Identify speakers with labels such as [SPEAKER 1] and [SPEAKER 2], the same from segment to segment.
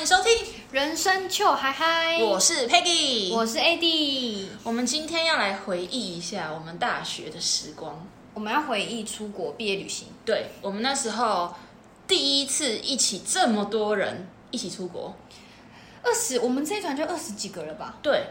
[SPEAKER 1] 迎收听，
[SPEAKER 2] 人生就嗨嗨，
[SPEAKER 1] 我是 Peggy。
[SPEAKER 2] 我是 AD，
[SPEAKER 1] 我们今天要来回忆一下我们大学的时光。
[SPEAKER 2] 我们要回忆出国毕业旅行，
[SPEAKER 1] 对我们那时候第一次一起这么多人一起出国，
[SPEAKER 2] 二十，我们这一团就二十几个了吧？
[SPEAKER 1] 对，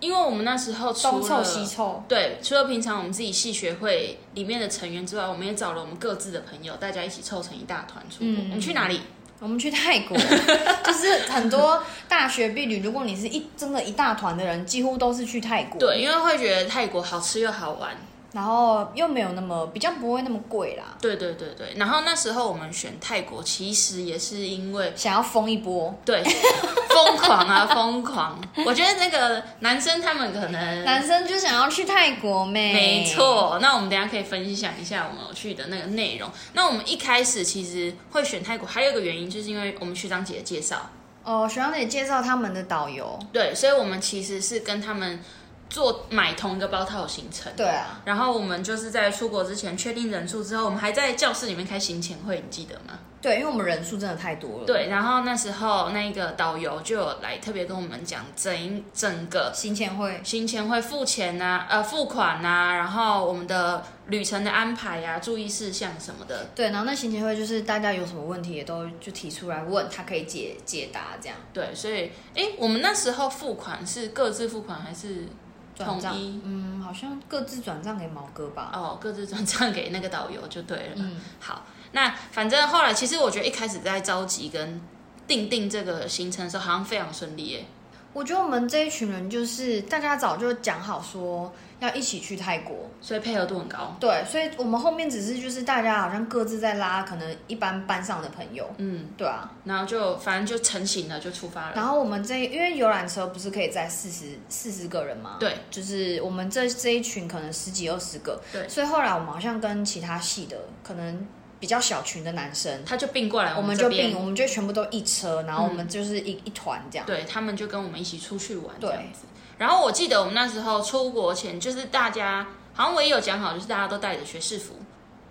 [SPEAKER 1] 因为我们那时候除
[SPEAKER 2] 东凑
[SPEAKER 1] 了
[SPEAKER 2] 西凑，
[SPEAKER 1] 对，除了平常我们自己系学会里面的成员之外，我们也找了我们各自的朋友，大家一起凑成一大团出国。
[SPEAKER 2] 嗯
[SPEAKER 1] 我们去哪里？
[SPEAKER 2] 我们去泰 国，就是很多大学毕旅，如果你是一真的一大团的人，几乎都是去泰国，，
[SPEAKER 1] 对，因为会觉得泰国好吃又好玩。
[SPEAKER 2] 然后又没有那么比较不会那么贵啦，
[SPEAKER 1] 对对对对，然后那时候我们选泰国，其实也是因为
[SPEAKER 2] 想要疯一波，
[SPEAKER 1] 对 疯狂啊疯狂。我觉得那个男生他们可能
[SPEAKER 2] 男生就想要去泰国妹，
[SPEAKER 1] 没，错，那我们等一下可以分享一下我们有去的那个内容。那我们一开始其实会选泰国，还有一个原因就是因为我们学长姐的介绍，
[SPEAKER 2] 哦，学长姐介绍他们的导游，
[SPEAKER 1] 对，所以我们其实是跟他们做买同一个包套行程。
[SPEAKER 2] 对啊，
[SPEAKER 1] 然后我们就是在出国之前确定人数之后，我们还在教室里面开行前会，你记得吗？
[SPEAKER 2] 对，因为我们人数真的太多了，，
[SPEAKER 1] 对，然后那时候那个导游就有来特别跟我们讲整整个
[SPEAKER 2] 行前会，
[SPEAKER 1] 行前会付钱呐、呃，付款呐、然后我们的旅程的安排呀、注意事项什么的。
[SPEAKER 2] 对，然后那行前会就是大家有什么问题也都就提出来问，他可以解解答这样。
[SPEAKER 1] 对，所以，哎，我们那时候付款是各自付款还是
[SPEAKER 2] 转账
[SPEAKER 1] 统一，
[SPEAKER 2] 嗯，好像各自转账给毛哥吧。
[SPEAKER 1] 哦各自转账给那个导游就对了。
[SPEAKER 2] 嗯，
[SPEAKER 1] 好，那反正后来其实我觉得一开始在着急跟定定这个行程的时候，好像非常顺利耶。
[SPEAKER 2] 我觉得我们这一群人就是大家早就讲好说要一起去泰国，
[SPEAKER 1] 所以配合度很高。
[SPEAKER 2] 对，所以我们后面只是就是大家好像各自在拉，可能一般班上的朋友，
[SPEAKER 1] 嗯，
[SPEAKER 2] 对啊。
[SPEAKER 1] 然后就反正就成型了，就出发了。
[SPEAKER 2] 然后我们这因为游览车不是可以载四十四十个人吗？
[SPEAKER 1] 对，
[SPEAKER 2] 就是我们这这一群可能十几二十个，
[SPEAKER 1] 对
[SPEAKER 2] 所以后来我们好像跟其他系的可能比较小群的男生，
[SPEAKER 1] 他就并过来
[SPEAKER 2] 我们
[SPEAKER 1] 这
[SPEAKER 2] 就
[SPEAKER 1] 边嗯
[SPEAKER 2] 并，我们就全部都一车，然后我们就是一、一团这样。
[SPEAKER 1] 对他们就跟我们一起出去玩这
[SPEAKER 2] 对
[SPEAKER 1] 样子。然后我记得我们那时候出国前，就是大家好像我也有讲好，就是大家都带着学士服，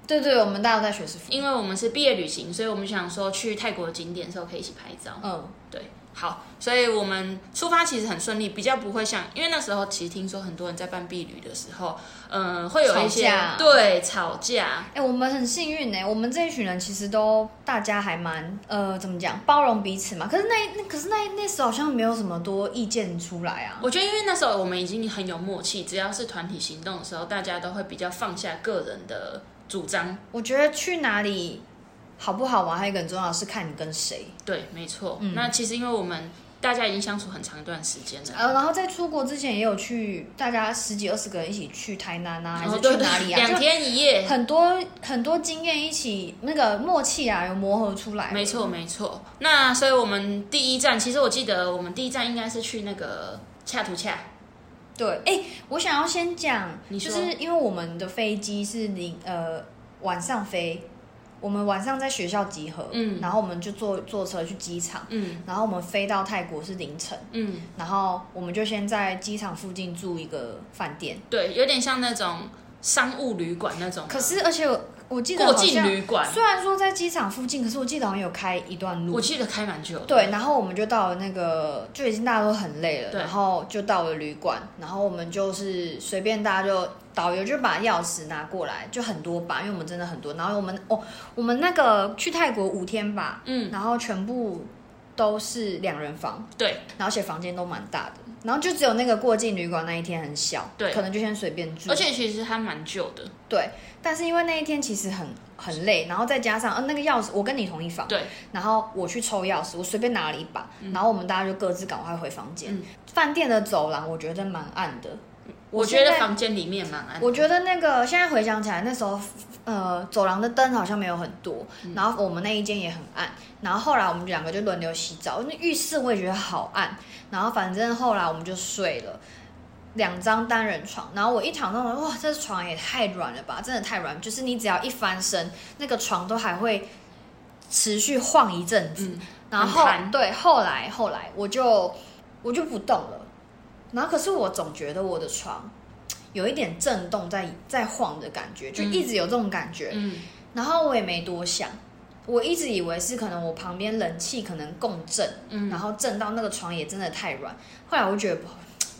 [SPEAKER 2] 对对，我们大家都在学士服。
[SPEAKER 1] 因为我们是毕业旅行，所以我们想说去泰国的景点的时候可以一起拍照。
[SPEAKER 2] 嗯，
[SPEAKER 1] 对，好，所以我们出发其实很顺利，比较不会像，因为那时候其实听说很多人在办毕旅的时候，嗯、会有一些
[SPEAKER 2] 吵架
[SPEAKER 1] 对吵架，
[SPEAKER 2] 哎、我们很幸运呢、我们这一群人其实都大家还蛮呃，怎么讲，包容彼此嘛。可是那那可是那那时候好像没有什么多意见出来啊。
[SPEAKER 1] 我觉得，因为那时候我们已经很有默契，只要是团体行动的时候，大家都会比较放下个人的主张。
[SPEAKER 2] 我觉得去哪里好不好玩，还有一个很重要的是看你跟谁。
[SPEAKER 1] 对，没错。
[SPEAKER 2] 嗯
[SPEAKER 1] 那其实因为我们大家已经相处很长一段时间了，
[SPEAKER 2] 呃，然后在出国之前也有去，大家十几二十个人一起去台南啊，还是
[SPEAKER 1] 哦对
[SPEAKER 2] 去哪里啊？
[SPEAKER 1] 两
[SPEAKER 2] 就
[SPEAKER 1] 天一夜。
[SPEAKER 2] 很多很多经验一起那个默契啊，有磨合出来。
[SPEAKER 1] 没错，没错。那所以我们第一站，其实我记得我们第一站应该是去那个恰图恰，
[SPEAKER 2] 对，哎、我想要先讲，
[SPEAKER 1] 你
[SPEAKER 2] 就
[SPEAKER 1] 说
[SPEAKER 2] 是因为我们的飞机是零呃晚上飞，我们晚上在学校集合，
[SPEAKER 1] 嗯
[SPEAKER 2] 然后我们就坐坐车去机场，
[SPEAKER 1] 嗯
[SPEAKER 2] 然后我们飞到泰国是凌晨，
[SPEAKER 1] 嗯，
[SPEAKER 2] 然后我们就先在机场附近住一个饭店，
[SPEAKER 1] 对，有点像那种商务旅馆那种，
[SPEAKER 2] 可是而且我我记得
[SPEAKER 1] 过
[SPEAKER 2] 好
[SPEAKER 1] 境
[SPEAKER 2] 像
[SPEAKER 1] 旅馆，
[SPEAKER 2] 虽然说在机场附近，可是我记得好像有开一段路
[SPEAKER 1] 我，记得开蛮久的。
[SPEAKER 2] 对，然后我们就到了那个，就已经大家都很累了，
[SPEAKER 1] 对
[SPEAKER 2] 然后就到了旅馆，然后我们就是随便大家就导游就把钥匙拿过来，就很多把，因为我们真的很多，然后我们哦，我们那个去泰国五天吧，
[SPEAKER 1] 嗯，
[SPEAKER 2] 然后全部都是两人房，
[SPEAKER 1] 对
[SPEAKER 2] 然后而且房间都蛮大的，然后就只有那个过境旅馆那一天很小，
[SPEAKER 1] 对
[SPEAKER 2] 可能就先随便住，
[SPEAKER 1] 而且其实还蛮久的。
[SPEAKER 2] 对，但是因为那一天其实很很累，然后再加上呃那个钥匙，我跟你同一房，
[SPEAKER 1] 对，
[SPEAKER 2] 然后我去抽钥匙，我随便拿了一把，然后我们大家就各自赶快回房间。
[SPEAKER 1] 嗯
[SPEAKER 2] 饭店的走廊我觉得蛮暗的，
[SPEAKER 1] 我觉
[SPEAKER 2] 现
[SPEAKER 1] 得
[SPEAKER 2] 在
[SPEAKER 1] 房间里面蛮安
[SPEAKER 2] 我觉得那个现在回想起来，那时候呃走廊的灯好像没有很多，
[SPEAKER 1] 嗯
[SPEAKER 2] 然后我们那一间也很暗，然后后来我们两个就轮流洗澡，那浴室我也觉得好暗，然后反正后来我们就睡了。两张单人床，然后我一躺上来，哇，这床也太软了吧，真的太软，就是你只要一翻身，那个床都还会持续晃一阵子。
[SPEAKER 1] 嗯
[SPEAKER 2] 然
[SPEAKER 1] 很
[SPEAKER 2] 后
[SPEAKER 1] 弹
[SPEAKER 2] 对，后来后来我就我就不动了，然后可是我总觉得我的床有一点震动在在晃的感觉，就一直有这种感觉。
[SPEAKER 1] 嗯，
[SPEAKER 2] 然后我也没多想，我一直以为是可能我旁边冷气可能共振，
[SPEAKER 1] 嗯
[SPEAKER 2] 然后震到那个床也真的太软。后来我觉得不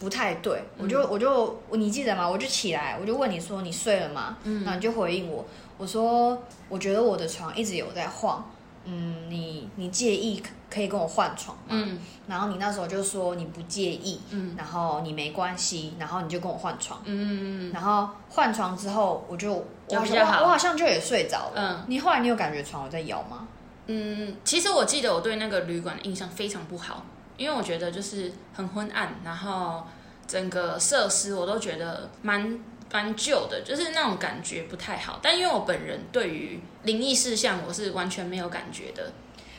[SPEAKER 2] 不太对，
[SPEAKER 1] 嗯
[SPEAKER 2] 我就我就你记得吗？我就起来，我就问你说你睡了吗？然后
[SPEAKER 1] 嗯
[SPEAKER 2] 你就回应我，我说我觉得我的床一直有在晃，嗯，你你介意可可以跟我换床吗？
[SPEAKER 1] 嗯
[SPEAKER 2] 然后你那时候就说你不介意，
[SPEAKER 1] 嗯
[SPEAKER 2] 然后你没关系，然后你就跟我换床。
[SPEAKER 1] 嗯，
[SPEAKER 2] 然后换床之后，我就我
[SPEAKER 1] 有
[SPEAKER 2] 好
[SPEAKER 1] 比
[SPEAKER 2] 像
[SPEAKER 1] 较
[SPEAKER 2] 我
[SPEAKER 1] 好
[SPEAKER 2] 我好像就也睡着了
[SPEAKER 1] 嗯。
[SPEAKER 2] 你后来你有感觉床有在摇吗？
[SPEAKER 1] 嗯，其实我记得我对那个旅馆的印象非常不好，因为我觉得就是很昏暗，然后整个设施我都觉得蛮蛮旧的，就是那种感觉不太好。但因为我本人对于灵异事项我是完全没有感觉的，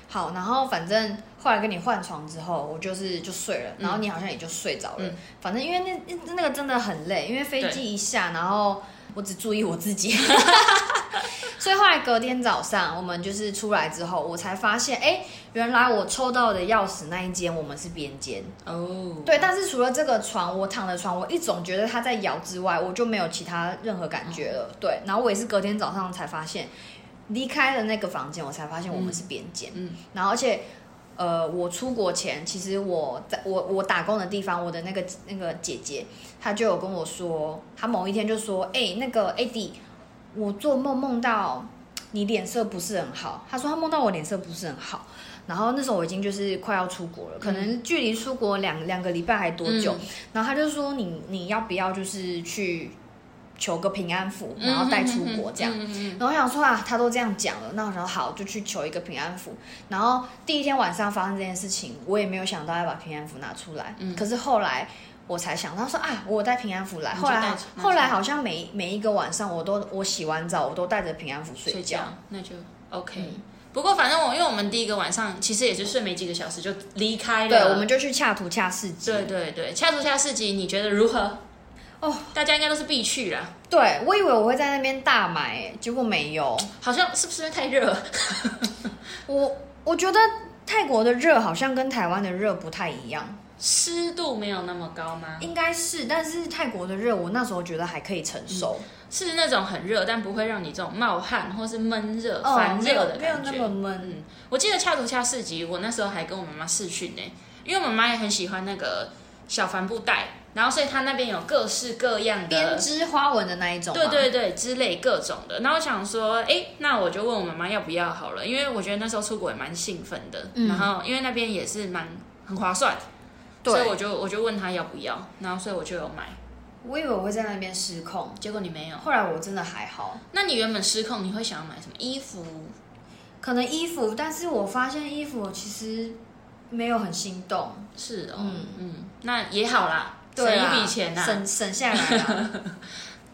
[SPEAKER 2] 好，然后反正后来跟你换床之后，我就是就睡了，
[SPEAKER 1] 嗯
[SPEAKER 2] 然后你好像也就睡着了。
[SPEAKER 1] 嗯
[SPEAKER 2] 反正因为那那那个真的很累，因为飞
[SPEAKER 1] 对
[SPEAKER 2] 机一下，然后我只注意我 自己，所以后来隔天早上我们就是出来之后，我才发现，哎，原来我抽到的钥匙那一间我们是边间。
[SPEAKER 1] 哦，
[SPEAKER 2] 对，但是除了这个床，我躺的床，我一总觉得它在摇之外，我就没有其他任何感觉了。对，然后我也是隔天早上才发现，离开了那个房间，我才发现我们是边间。
[SPEAKER 1] 嗯
[SPEAKER 2] 然后而且，呃，我出国前，其实我在我我打工的地方，我的那个那个姐姐，她就有跟我说，她某一天就说，哎、那个 AD，我做梦梦到你脸色不是很好，她说她梦到我脸色不是很好。然后那时候我已经就是快要出国了，可能距离出国两两个礼拜还多久？
[SPEAKER 1] 嗯
[SPEAKER 2] 然后她就说你你要不要就是去求个平安符，
[SPEAKER 1] 嗯
[SPEAKER 2] 然后带出国这样。
[SPEAKER 1] 嗯嗯嗯
[SPEAKER 2] 然后我想说啊，他都这样讲了，那我想说好，就去求一个平安符。然后第一天晚上发生这件事情，我也没有想到要把平安符拿出来。
[SPEAKER 1] 嗯
[SPEAKER 2] 可是后来我才想到说啊，我有带平安符来。
[SPEAKER 1] 你
[SPEAKER 2] 后
[SPEAKER 1] 就带
[SPEAKER 2] 来
[SPEAKER 1] 着拿
[SPEAKER 2] 后来
[SPEAKER 1] 出来
[SPEAKER 2] 好像每每一个晚上，我都我洗完澡，我都带着平安符
[SPEAKER 1] 睡
[SPEAKER 2] 睡觉
[SPEAKER 1] 觉。，那就 OK。
[SPEAKER 2] 嗯
[SPEAKER 1] 不过反正我因为我们第一个晚上其实也就睡没几个小时就离开了，
[SPEAKER 2] 对，我们就去恰图恰市集。
[SPEAKER 1] 对对对，恰图恰市集你觉得如何？
[SPEAKER 2] 哦，
[SPEAKER 1] 大家应该都是必去啦。
[SPEAKER 2] 对我以为我会在那边大买、结果没有。
[SPEAKER 1] 好像是不是因为太热？
[SPEAKER 2] 我我觉得泰国的热好像跟台湾的热不太一样，
[SPEAKER 1] 嗯湿度没有那么高吗？
[SPEAKER 2] 应该是，但是泰国的热我那时候觉得还可以承受。
[SPEAKER 1] 是那种很热，但不会让你这种冒汗或是闷热、
[SPEAKER 2] 哦
[SPEAKER 1] 烦热的
[SPEAKER 2] 没有
[SPEAKER 1] 感
[SPEAKER 2] 没有那
[SPEAKER 1] 觉。
[SPEAKER 2] 么闷。
[SPEAKER 1] 嗯，我记得恰图恰市集，我那时候还跟我妈妈试训呢，因为我妈妈也很喜欢那个小帆布袋，然后所以她那边有各式各样
[SPEAKER 2] 编
[SPEAKER 1] 的。
[SPEAKER 2] 织花纹的那一种吗，
[SPEAKER 1] 对对对，之类各种的。然后我想说，哎，那我就问我妈妈要不要好了，因为我觉得那时候出国也蛮兴奋的。
[SPEAKER 2] 嗯
[SPEAKER 1] 然后因为那边也是蛮很划算，所以
[SPEAKER 2] 对，
[SPEAKER 1] 我就我就问她要不要，然后所以我就有买。
[SPEAKER 2] 我以为我会在那边失控，
[SPEAKER 1] 结果你没有。
[SPEAKER 2] 后来我真的还好，
[SPEAKER 1] 那你原本失控，你会想要买什么衣服？
[SPEAKER 2] 可能衣服，但是我发现衣服我其实没有很心动，
[SPEAKER 1] 是哦，
[SPEAKER 2] 嗯
[SPEAKER 1] 嗯那也好啦，
[SPEAKER 2] 对
[SPEAKER 1] 省
[SPEAKER 2] 啊
[SPEAKER 1] 一笔钱呐、
[SPEAKER 2] 省省下来啊。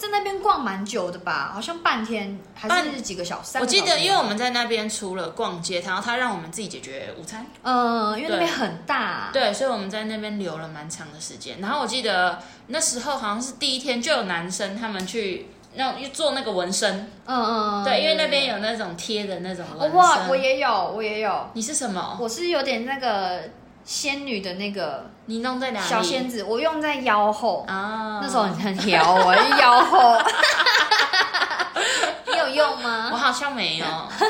[SPEAKER 2] 在那边逛蛮久的吧，好像半天还是
[SPEAKER 1] 半
[SPEAKER 2] 几个小时。三
[SPEAKER 1] 我
[SPEAKER 2] 个
[SPEAKER 1] 记
[SPEAKER 2] 小
[SPEAKER 1] 得，
[SPEAKER 2] 时
[SPEAKER 1] 因为我们在那边除了逛街，然后他让我们自己解决午餐，
[SPEAKER 2] 嗯，因为那边
[SPEAKER 1] 对
[SPEAKER 2] 很大，
[SPEAKER 1] 对，所以我们在那边留了蛮长的时间。然后我记得那时候好像是第一天就有男生他们去那种做那个纹身，
[SPEAKER 2] 嗯嗯，
[SPEAKER 1] 对，因为那边有那种贴的那种
[SPEAKER 2] 哦
[SPEAKER 1] 纹
[SPEAKER 2] 哇，我
[SPEAKER 1] 身。
[SPEAKER 2] 也有，我也有，
[SPEAKER 1] 你是什么？
[SPEAKER 2] 我是有点那个仙女的那个
[SPEAKER 1] 你弄在哪里？
[SPEAKER 2] 小仙子，我用在腰后，
[SPEAKER 1] 啊，
[SPEAKER 2] 那时候你很摇我，就摇吼。嗯 你有用
[SPEAKER 1] 我
[SPEAKER 2] 吗？
[SPEAKER 1] 好像没 有，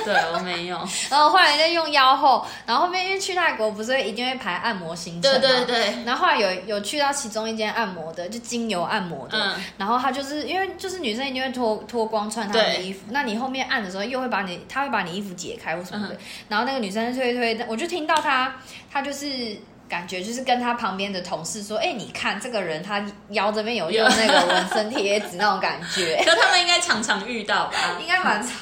[SPEAKER 1] 对我没有。
[SPEAKER 2] 然呃后后来就用腰后，然后后面因为去泰国不是一定会排按摩行程
[SPEAKER 1] 对
[SPEAKER 2] 吗？
[SPEAKER 1] 对对，
[SPEAKER 2] 然后后来有有去到其中一间按摩的，就精油按摩的，
[SPEAKER 1] 嗯
[SPEAKER 2] 然后她就是因为就是女生一定会脱脱光穿她的
[SPEAKER 1] 对
[SPEAKER 2] 衣服，那你后面按的时候又会把你，她会把你衣服解开或什么的，然后那个女生推推，我就听到她，她就是。感觉就是跟她旁边的同事说：“哎、你看这个人，他腰这边有用
[SPEAKER 1] 有
[SPEAKER 2] 那个纹身贴纸那种感 觉，
[SPEAKER 1] 可他们应该常常遇到吧？
[SPEAKER 2] 应该蛮长，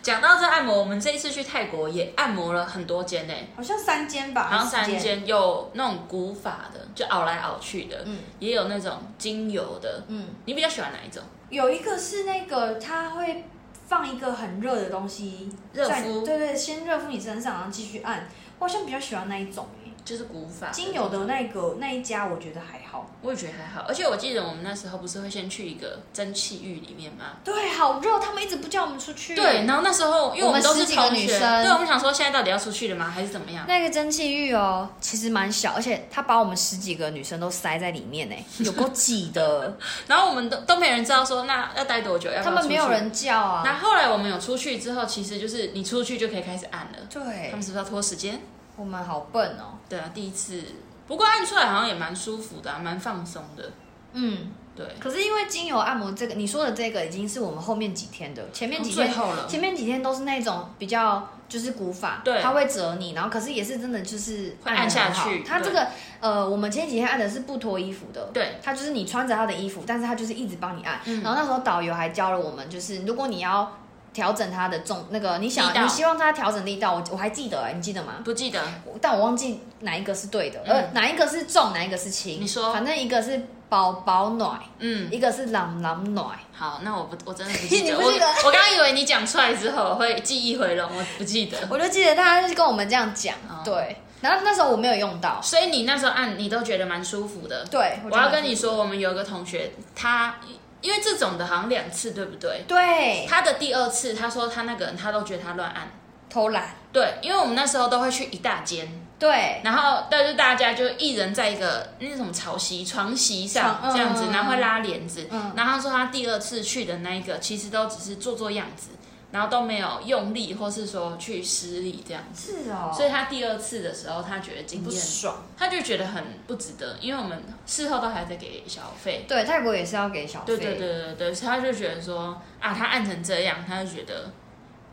[SPEAKER 1] 讲到这按摩，我们这一次去泰国也按摩了很多间呢、
[SPEAKER 2] 好像三间吧，
[SPEAKER 1] 好像三
[SPEAKER 2] 四
[SPEAKER 1] 间有那种古法的，就熬来熬去的，
[SPEAKER 2] 嗯
[SPEAKER 1] 也有那种精油的。
[SPEAKER 2] 嗯，
[SPEAKER 1] 你比较喜欢哪一种？
[SPEAKER 2] 有一个是那个它会放一个很热的东西，
[SPEAKER 1] 热
[SPEAKER 2] 在
[SPEAKER 1] 敷
[SPEAKER 2] 对对，先热敷你身上，然后继续按。我好像比较喜欢那一种、欸、
[SPEAKER 1] 就是古法
[SPEAKER 3] 精油的那个那一家，我觉得还好。
[SPEAKER 1] 我也觉得还好，而且我记得我们那时候不是会先去一个蒸汽浴里面吗？
[SPEAKER 2] 对，好热，他们一直不叫我们出去。
[SPEAKER 1] 对，，然后那时候因为
[SPEAKER 2] 嗯我们
[SPEAKER 1] 们都
[SPEAKER 2] 十
[SPEAKER 1] 是
[SPEAKER 2] 几个
[SPEAKER 1] 同
[SPEAKER 2] 女
[SPEAKER 1] 学，
[SPEAKER 2] 生
[SPEAKER 1] 对，我们想说现在到底要出去了吗，还是怎么样？
[SPEAKER 2] 那个蒸汽浴哦，其实蛮小，而且他把我们十几个女生都塞在里面呢， 有够挤的。
[SPEAKER 1] 然后我们都都没人知道说那要待多久，要不
[SPEAKER 2] 他
[SPEAKER 1] 要
[SPEAKER 2] 们没有
[SPEAKER 1] 出去。
[SPEAKER 2] 人叫啊。
[SPEAKER 1] 那后来我们有出去之后，其实就是你出去就可以开始按了。他
[SPEAKER 2] 对
[SPEAKER 1] 们，是不是要拖时间？
[SPEAKER 2] 我们好笨哦。
[SPEAKER 1] 对啊，第一次，不过按出来好像也蛮舒服的、啊，蛮放松的。
[SPEAKER 2] 嗯，
[SPEAKER 1] 对，
[SPEAKER 2] 可是因为精油按摩这个，你说的这个已经是我们后面几天的，前面几
[SPEAKER 1] 最
[SPEAKER 2] 天
[SPEAKER 1] 后了，
[SPEAKER 2] 前面几天都是那种比较就是古法，
[SPEAKER 1] 对
[SPEAKER 2] 它会折你，然后可是也是真的就是
[SPEAKER 1] 会
[SPEAKER 2] 得很好
[SPEAKER 1] 按下去
[SPEAKER 2] 它
[SPEAKER 1] 对
[SPEAKER 2] 这个呃，我们前几天按的是不脱衣服的，
[SPEAKER 1] 对，
[SPEAKER 2] 它就是你穿着他的衣服，但是他就是一直帮你按。
[SPEAKER 1] 嗯
[SPEAKER 2] 然后那时候导游还教了我们，就是如果你要调整他的重那个，你
[SPEAKER 1] 力
[SPEAKER 2] 想
[SPEAKER 1] 道
[SPEAKER 2] 你希望他调整力道，我我还记得哎、你记得吗？
[SPEAKER 1] 不记得，
[SPEAKER 2] 我但我忘记哪一个是对的，
[SPEAKER 1] 嗯
[SPEAKER 2] 呃，哪一个是重，哪一个是轻。
[SPEAKER 1] 你说
[SPEAKER 2] 反正一个是宝宝暖，
[SPEAKER 1] 嗯，
[SPEAKER 2] 一个是朗朗暖。
[SPEAKER 1] 好，那我不，我真的不记
[SPEAKER 2] 你
[SPEAKER 1] 得，
[SPEAKER 2] 不记得
[SPEAKER 1] 我我刚刚以为你讲出来之后会记忆回笼，我不记得。
[SPEAKER 2] 我就记得他就是跟我们这样讲，
[SPEAKER 1] 哦
[SPEAKER 2] 对。然后那时候我没有用到，
[SPEAKER 1] 所以你那时候按，你都觉得蛮舒服的。
[SPEAKER 2] 对。
[SPEAKER 1] 我
[SPEAKER 2] 觉得
[SPEAKER 1] 要跟你说，我们有一个同学，他因为这种的好像两次，对不对？
[SPEAKER 2] 对，
[SPEAKER 1] 他的第二次，他说他那个人他都觉得他乱按。
[SPEAKER 2] 偷懒，
[SPEAKER 1] 对，因为我们那时候都会去一大间，
[SPEAKER 2] 对，
[SPEAKER 1] 然后但是大家就一人在一个那种草席、床席上
[SPEAKER 2] 床嗯
[SPEAKER 1] 这样子，
[SPEAKER 2] 嗯
[SPEAKER 1] 然后会拉帘子。
[SPEAKER 2] 嗯
[SPEAKER 1] 然后他说他第二次去的那一个，其实都只是做做样子，然后都没有用力，或是说去施力这样子。
[SPEAKER 2] 是哦
[SPEAKER 1] 所以他第二次的时候，他觉得经
[SPEAKER 2] 不
[SPEAKER 1] 验，
[SPEAKER 2] 爽。
[SPEAKER 1] 他就觉得很不值得，因为我们事后都还在给小费。
[SPEAKER 2] 对，泰国也是要给小费，
[SPEAKER 1] 对对对对对，所以他就觉得说啊，他按成这样，他就觉得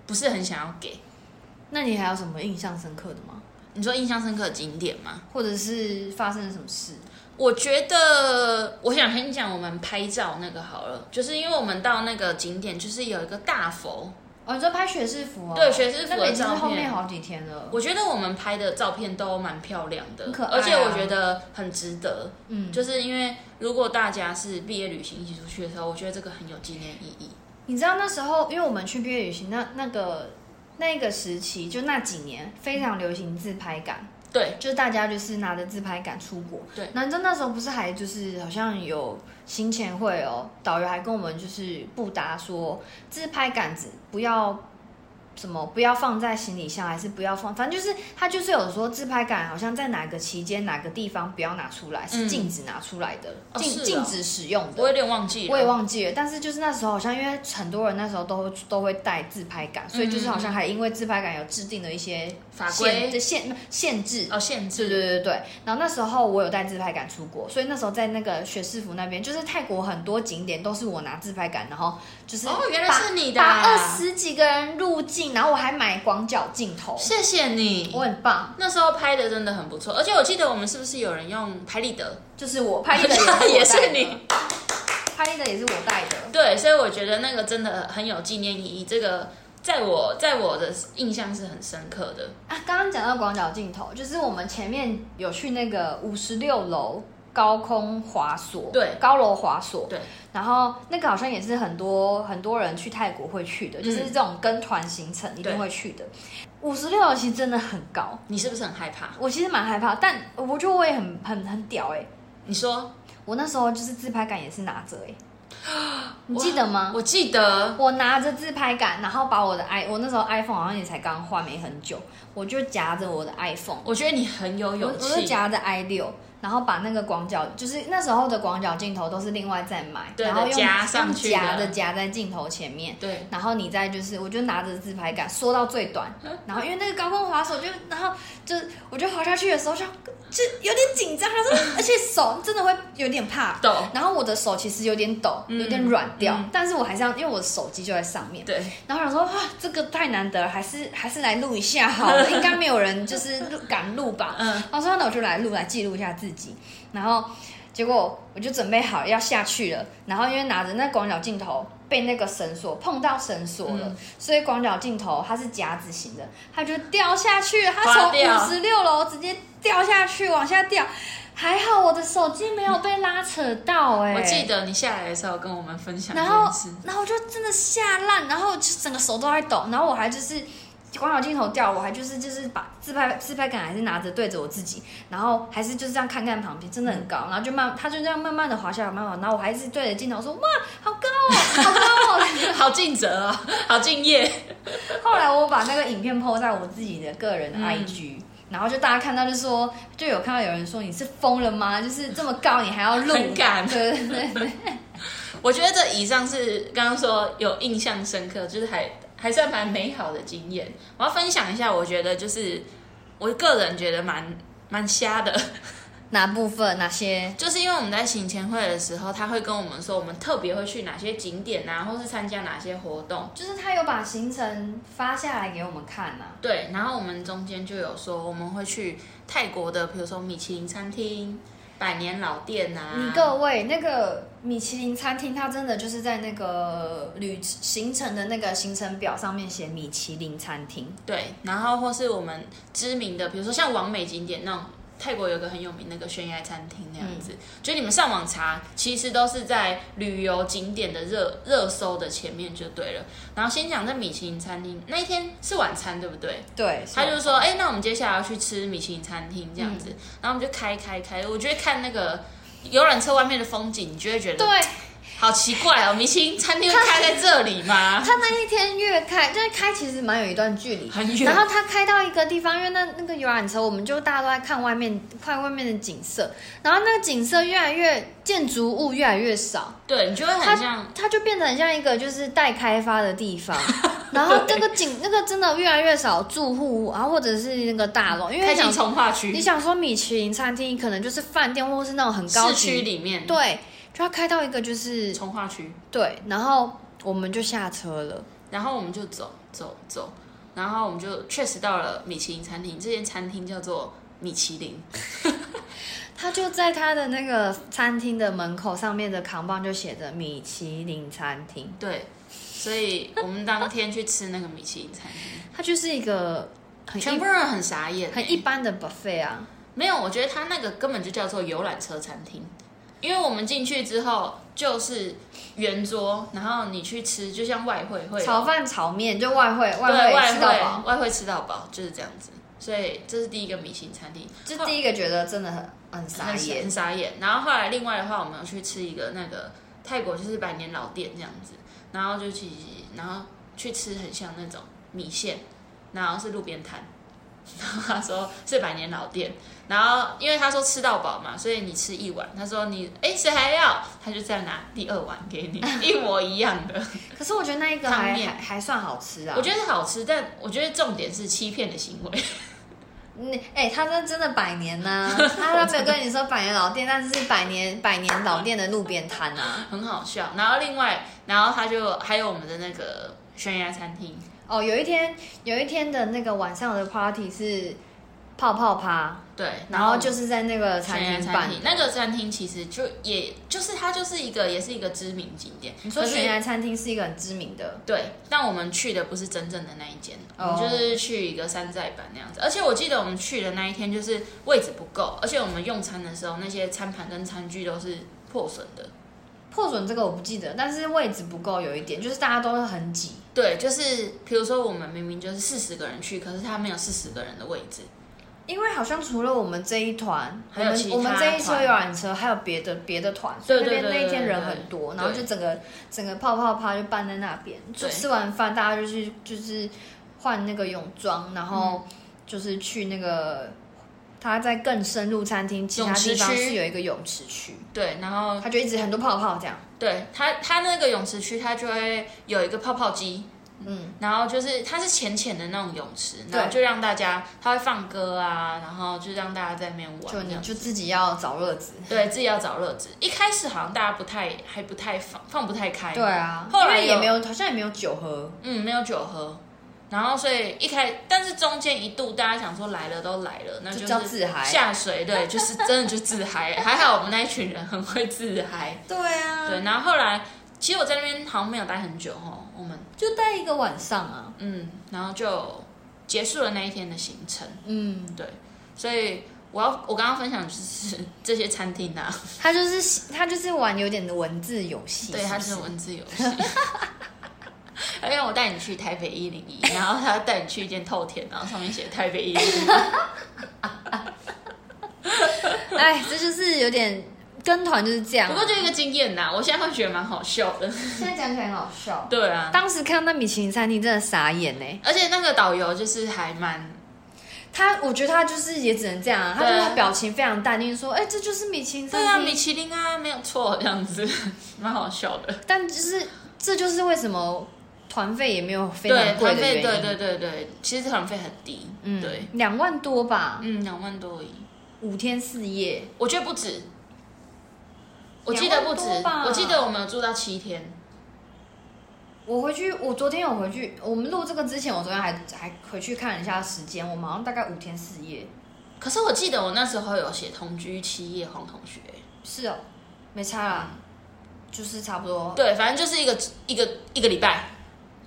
[SPEAKER 1] 不是很想要给。
[SPEAKER 2] 那你还有什么印象深刻的吗？
[SPEAKER 1] 你说印象深刻的景点吗？
[SPEAKER 2] 或者是发生了什么事？
[SPEAKER 1] 我觉得，我想先讲我们拍照那个好了，就是因为我们到那个景点，就是有一个大佛，
[SPEAKER 2] 哦，你说拍学士服哦？
[SPEAKER 1] 对学士服的
[SPEAKER 2] 那已经是
[SPEAKER 1] 照片
[SPEAKER 2] 后面好几天了。
[SPEAKER 1] 我觉得我们拍的照片都蛮漂亮的，
[SPEAKER 2] 很可爱啊
[SPEAKER 1] 而且我觉得很值得，
[SPEAKER 2] 嗯，
[SPEAKER 1] 就是因为如果大家是毕业旅行一起出去的时候，我觉得这个很有纪念意义。
[SPEAKER 2] 你知道那时候，因为我们去毕业旅行，那那个那个时期，就那几年非常流行自拍杆，
[SPEAKER 1] 对，
[SPEAKER 2] 就是大家就是拿着自拍杆出国。
[SPEAKER 1] 对
[SPEAKER 2] 南征那时候不是还就是好像有行前会哦，导游还跟我们就是布达说，自拍杆子不要什么不要放在行李箱，还是不要放，反正就是他就是有说自拍杆好像在哪个期间哪个地方不要拿出来，是
[SPEAKER 1] 嗯
[SPEAKER 2] 禁止拿出来的，
[SPEAKER 1] 哦
[SPEAKER 2] 禁、
[SPEAKER 1] 是哦
[SPEAKER 2] 禁止使用
[SPEAKER 1] 我有
[SPEAKER 2] 的。
[SPEAKER 1] 点忘记了，
[SPEAKER 2] 我也忘记了，但是就是那时候好像因为很多人那时候都都会带自拍杆，所以就是好像还因为自拍杆有制定了一些
[SPEAKER 1] 法
[SPEAKER 2] 限
[SPEAKER 1] 规
[SPEAKER 2] 限限制，
[SPEAKER 1] 哦限
[SPEAKER 2] 对
[SPEAKER 1] 制，
[SPEAKER 2] 对对对，然后那时候我有带自拍杆出国，所以那时候在那个学士服那边，就是泰国很多景点都是我拿自拍杆，然后就是
[SPEAKER 1] 哦原来
[SPEAKER 2] 把
[SPEAKER 1] 是你的啊
[SPEAKER 2] 把二十几个人入境，然后我还买广角镜头，
[SPEAKER 1] 谢谢你
[SPEAKER 2] 我。很棒，
[SPEAKER 1] 那时候拍的真的很不错，而且我记得我们是不是有人用拍立得？
[SPEAKER 2] 就是我拍立得
[SPEAKER 1] 也
[SPEAKER 2] 也是
[SPEAKER 1] 是
[SPEAKER 2] 我带的
[SPEAKER 1] 你，
[SPEAKER 2] 拍立得也是我带的，
[SPEAKER 1] 对，所以我觉得那个真的很有纪念意义。这个在我在我的印象是很深刻的。
[SPEAKER 2] 啊，刚刚讲到广角镜头，就是我们前面有去那个五十六楼高空滑索，
[SPEAKER 1] 对
[SPEAKER 2] 高楼滑索，
[SPEAKER 1] 对。
[SPEAKER 2] 然后那个好像也是很多很多人去泰国会去的，就是
[SPEAKER 1] 嗯
[SPEAKER 2] 这种跟团行程一定
[SPEAKER 1] 对
[SPEAKER 2] 会去的。五十六楼其实真的很高，
[SPEAKER 1] 你是不是很害怕？
[SPEAKER 2] 我其实蛮害怕，但我觉得我也很很很屌哎、
[SPEAKER 1] 你说，
[SPEAKER 2] 我那时候就是自拍杆也是拿着 哎、你记得
[SPEAKER 1] 啊
[SPEAKER 2] 吗？
[SPEAKER 1] 我记得
[SPEAKER 2] 我拿着自拍杆，然后把我的 i，我那时候 iPhone 好像也才刚换没很久，我就夹着我的 iPhone，
[SPEAKER 1] 我觉得你很有
[SPEAKER 2] 我
[SPEAKER 1] 勇
[SPEAKER 2] 我是
[SPEAKER 1] 气。
[SPEAKER 2] 夹着 i 六，然后把那个广角，就是那时候的广角镜头都是另外再买，
[SPEAKER 1] 对的
[SPEAKER 2] 然后用
[SPEAKER 1] 夹上去的
[SPEAKER 2] 用夹的夹在镜头前面。
[SPEAKER 1] 对，
[SPEAKER 2] 然后你再就是，我就拿着自拍杆缩到最 短，然后因为那个高空滑手就，然后就我就滑下去的时候就就有点紧张，然后而且手真的会有点怕，
[SPEAKER 1] 抖。
[SPEAKER 2] 然后我的手其实有点抖，
[SPEAKER 1] 嗯
[SPEAKER 2] 有点软掉，
[SPEAKER 1] 嗯
[SPEAKER 2] 但是我还是要，因为我的手机就在上面，
[SPEAKER 1] 对，
[SPEAKER 2] 然后我想说，哇，这个太难得了，还是还是来录一下好了，应该没有人就是录敢录吧，
[SPEAKER 1] 嗯，
[SPEAKER 2] 然后说那我就来录来记录一下自己，然后结果我就准备好要下去了，然后因为拿着那广角镜头被那个绳索碰到绳索了，
[SPEAKER 1] 嗯
[SPEAKER 2] 所以广角镜头它是夹子型的，它就掉下去了，它
[SPEAKER 1] 滑
[SPEAKER 2] 从
[SPEAKER 1] 掉
[SPEAKER 2] 五十六楼直接掉下去往下掉，还好我的手机没有被拉扯到哎、
[SPEAKER 1] 我记。得你下来的时候跟我们分享这
[SPEAKER 2] 然后
[SPEAKER 1] 件事。，
[SPEAKER 2] 然后我就真的吓烂，然后就整个手都在抖，然后我还就是广角镜头掉了，我还就是就是把自拍自拍杆还是拿着对着我自己，然后还是就是这样看看旁边，真的很高，然后就慢，它就这样慢慢的滑下来，慢慢地，然后我还是对着镜头说哇，好高哦，好高哦。
[SPEAKER 1] 好尽责啊，好敬业。
[SPEAKER 2] 后来我把那个影片 PO 在我自己的个人的 IG，、然后就大家看到就说，就有看到有人说你是疯了吗？就是这么高你还要录，
[SPEAKER 1] 很敢
[SPEAKER 2] 对对对对，
[SPEAKER 1] 我觉得这以上是刚刚说有印象深刻，就是还还算蛮美好的经验。我要分享一下，我觉得就是我个人觉得蛮蛮瞎的，
[SPEAKER 2] 哪部分哪些？
[SPEAKER 1] 就是因为我们在行前会的时候，他会跟我们说我们特别会去哪些景点啊，或是参加哪些活动。
[SPEAKER 2] 就是他有把行程发下来给我们看呐、
[SPEAKER 1] 对，然后我们中间就有说我们会去泰国的，比如说米其林餐厅、百年老店啊。
[SPEAKER 2] 你各位，那个米其林餐厅，它真的就是在那个旅行程的那个行程表上面写米其林餐厅，
[SPEAKER 1] 对，然后或是我们知名的，比如说像完美景点那种，泰国有一个很有名那个悬崖餐厅那样子，就你们上网查，其实都是在旅游景点的热热搜的前面就对了。然后先讲这米其林餐厅，那一天是晚餐对不对？
[SPEAKER 2] 对，
[SPEAKER 1] 他就说，哎、那我们接下来要去吃米其林餐厅这样
[SPEAKER 2] 嗯
[SPEAKER 1] 子，然后我们就开开开，我就会看那个游览车外面的风景，你就会觉得
[SPEAKER 2] 对，
[SPEAKER 1] 好奇怪哦，米其林餐厅会开在这里吗？
[SPEAKER 2] 他那一天越开，就是开其实蛮有一段距离，
[SPEAKER 1] 很远
[SPEAKER 2] 然后他开到一个地方，因为那那个游览车，我们就大家都在看外面，看外面的景色，然后那个景色越来越建筑物越来越少，
[SPEAKER 1] 对，你就会
[SPEAKER 2] 它
[SPEAKER 1] 很像
[SPEAKER 2] 它就变得很像一个就是待开发的地 方，然后那个景那个真的越来越少住户，然后或者是那个大楼，因为
[SPEAKER 1] 开
[SPEAKER 2] 你
[SPEAKER 1] 进
[SPEAKER 2] 想
[SPEAKER 1] 从化区
[SPEAKER 2] 你。想说米其林餐厅可能就是饭店或是那种很高
[SPEAKER 1] 市区
[SPEAKER 2] 级，
[SPEAKER 1] 里面，
[SPEAKER 2] 对，就要开到一个就是
[SPEAKER 1] 从化区，
[SPEAKER 2] 对，然后我们就下车了。
[SPEAKER 1] 然后我们就走走走，然后我们就确实到了米其林餐厅，这间餐厅叫做米其林，
[SPEAKER 2] 他就在他的那个餐厅的门口上面的扛棒就写着米其林餐厅，
[SPEAKER 1] 对，所以我们当天去吃那个米其林餐厅，
[SPEAKER 2] 它就是一个很
[SPEAKER 1] 全
[SPEAKER 2] 一
[SPEAKER 1] 部人很傻眼、欸
[SPEAKER 2] 很一般的 buffet 啊。
[SPEAKER 1] 没有，我觉得它那个根本就叫做游览车餐厅，因为我们进去之后就是圆桌，然后你去吃，就像外汇会有哦
[SPEAKER 2] 炒饭、炒面就外汇，
[SPEAKER 1] 对外
[SPEAKER 2] 外汇吃到饱
[SPEAKER 1] 汇。外汇吃到饱就是这样子，所以这是第一个米其林餐厅，
[SPEAKER 2] 这
[SPEAKER 1] 后
[SPEAKER 2] 第一个觉得真的很很傻
[SPEAKER 1] 很
[SPEAKER 2] 眼
[SPEAKER 1] 很，傻眼。然后后来另外的话，我们有去吃一个那个泰国就是百年老店这样子，然后就去，然后去吃很像那种米线，然后是路边摊。 然后他说是百年老店，然后因为他说吃到饱嘛，所以你吃一碗，他说你哎谁还要，他就再拿第二碗给你，一模一样的。
[SPEAKER 2] 可是我觉得那一个
[SPEAKER 1] 汤
[SPEAKER 2] 还
[SPEAKER 1] 面
[SPEAKER 2] 还还算好吃 啊。
[SPEAKER 1] 我觉得好吃，但我觉得重点是欺骗的行为。
[SPEAKER 2] 嗯，哎、他这真的百年呐、他他没有跟你说百年老店，但是是百年百年老店的路边摊啊。
[SPEAKER 1] 很好笑。然后另外，然后他就还有我们的那个悬崖餐厅，
[SPEAKER 2] 哦，有一天有一天的那个晚上的 party 是泡泡趴，
[SPEAKER 1] 对，
[SPEAKER 2] 然后
[SPEAKER 1] 就。
[SPEAKER 2] 就是在那个餐
[SPEAKER 1] 全员
[SPEAKER 2] 厅
[SPEAKER 1] 哦餐
[SPEAKER 2] 办
[SPEAKER 1] 厅，那个餐厅其实就也就是它就是一个也是一个知名景点。
[SPEAKER 2] 你说
[SPEAKER 1] 可是
[SPEAKER 2] 悬崖餐厅是一个很知名的，
[SPEAKER 1] 对，但我们去的不是真正的那一间，
[SPEAKER 2] 哦
[SPEAKER 1] 我们就是去一个山寨版那样子。而且我记得我们去的那一天就是位置不够，而且我们用餐的时候那些餐盘跟餐具都是破损的。
[SPEAKER 2] 破损这个我不记得，但是位置不够有一点，就是大家都很挤，
[SPEAKER 1] 对，就是比如说我们明明就是四十个人去，可是他没有四十个人的位置。
[SPEAKER 2] 因为好像除了我们这一团，
[SPEAKER 1] 还
[SPEAKER 2] 我
[SPEAKER 1] 有
[SPEAKER 2] 们
[SPEAKER 1] 其他
[SPEAKER 2] 我们这一车
[SPEAKER 1] 团
[SPEAKER 2] 游览车还有别的别的团，所
[SPEAKER 1] 对
[SPEAKER 2] 以那边
[SPEAKER 1] 对对
[SPEAKER 2] 那一
[SPEAKER 1] 对
[SPEAKER 2] 天人
[SPEAKER 1] 对
[SPEAKER 2] 很多，
[SPEAKER 1] 对
[SPEAKER 2] 然后就整个整个泡泡趴就办在那边，就
[SPEAKER 1] 对
[SPEAKER 2] 吃完饭大家就去就是换那个泳装，然后
[SPEAKER 1] 嗯
[SPEAKER 2] 就是去那个。他在更深入餐厅，其他
[SPEAKER 1] 泳池
[SPEAKER 2] 地方
[SPEAKER 1] 区
[SPEAKER 2] 是有一个泳池区，
[SPEAKER 1] 对，然后
[SPEAKER 2] 他就一直很多泡泡这样。
[SPEAKER 1] 对它它那个泳池区，它就会有一个泡泡机，
[SPEAKER 2] 嗯，
[SPEAKER 1] 然后就是它是浅浅的那种泳池，
[SPEAKER 2] 对
[SPEAKER 1] 然后就让大家，它会放歌啊，然后就让大家在那边玩
[SPEAKER 2] 嗯就
[SPEAKER 1] 这
[SPEAKER 2] 你
[SPEAKER 1] 样。
[SPEAKER 2] 就自己要找乐子。
[SPEAKER 1] 对自己要找乐子，一开始好像大家不太还不太放放不太开，
[SPEAKER 2] 对，啊，
[SPEAKER 1] 哎后来
[SPEAKER 2] 因为也
[SPEAKER 1] 有
[SPEAKER 2] 没有，好像也没有酒喝。
[SPEAKER 1] 嗯，没有酒喝，然后所以一开，但是中间一度大家想说来了都来了，那
[SPEAKER 2] 就
[SPEAKER 1] 就
[SPEAKER 2] 叫
[SPEAKER 1] 是
[SPEAKER 2] 自嗨
[SPEAKER 1] 下水， 对，就是真的就自嗨，还好我们那一群人很会自嗨，
[SPEAKER 2] 对啊，
[SPEAKER 1] 对，然后后来其实我在那边好像没有待很久哦，我们
[SPEAKER 2] 就待一个晚上啊。
[SPEAKER 1] 嗯，然后就结束了那一天的行程。
[SPEAKER 2] 嗯，
[SPEAKER 1] 所以我要我刚刚分享就是这些餐厅啊，
[SPEAKER 2] 他就是他就是玩有点的文字游戏，
[SPEAKER 1] 对，它
[SPEAKER 2] 是
[SPEAKER 1] 是
[SPEAKER 2] 不是
[SPEAKER 1] 文字游戏。他让我带你去台北一零一，然后他带你去一间透天，然后上面写台北一零 一。
[SPEAKER 2] 哎，这就是有点跟团就是这样啊。
[SPEAKER 1] 不过就一个经验呐，我现在会觉得蛮好笑 的。
[SPEAKER 2] 现在讲起来很好笑。
[SPEAKER 1] 对啊，
[SPEAKER 2] 当时看到那米其林餐厅真的傻眼欸呢、
[SPEAKER 1] 而且那个导游就是还蛮
[SPEAKER 2] 他我觉得他就是也只能这样啊，他
[SPEAKER 1] 对
[SPEAKER 2] 就
[SPEAKER 1] 啊
[SPEAKER 2] 是他表情非常淡定说，哎、这就是米其林餐
[SPEAKER 1] 对
[SPEAKER 2] 厅。
[SPEAKER 1] 啊，米其林啊，没有错，这样子 蛮好笑的。
[SPEAKER 2] 但就是这就是为什么团费也没有非
[SPEAKER 1] 对，
[SPEAKER 2] 常贵
[SPEAKER 1] 团
[SPEAKER 2] 的原
[SPEAKER 1] 费
[SPEAKER 2] 因。
[SPEAKER 1] 对对对对，其实团费很低，
[SPEAKER 2] 嗯，
[SPEAKER 1] 对，，
[SPEAKER 2] 两万多吧，
[SPEAKER 1] 嗯，两万多而已，
[SPEAKER 2] 五天四夜。
[SPEAKER 1] 我觉得不止，我记得不止
[SPEAKER 2] 两万多，吧
[SPEAKER 1] 我记得我们有住到七天，
[SPEAKER 2] 我回去，我昨天有回去，我们录这个之前，我昨天还还回去看了一下时间，我们好像大概五天四夜。
[SPEAKER 1] 可是我记得我那时候有写同居七夜黄同学，
[SPEAKER 2] 是哦，没差啦，就是差不多。
[SPEAKER 1] 对，反正就是一个一个一个礼拜，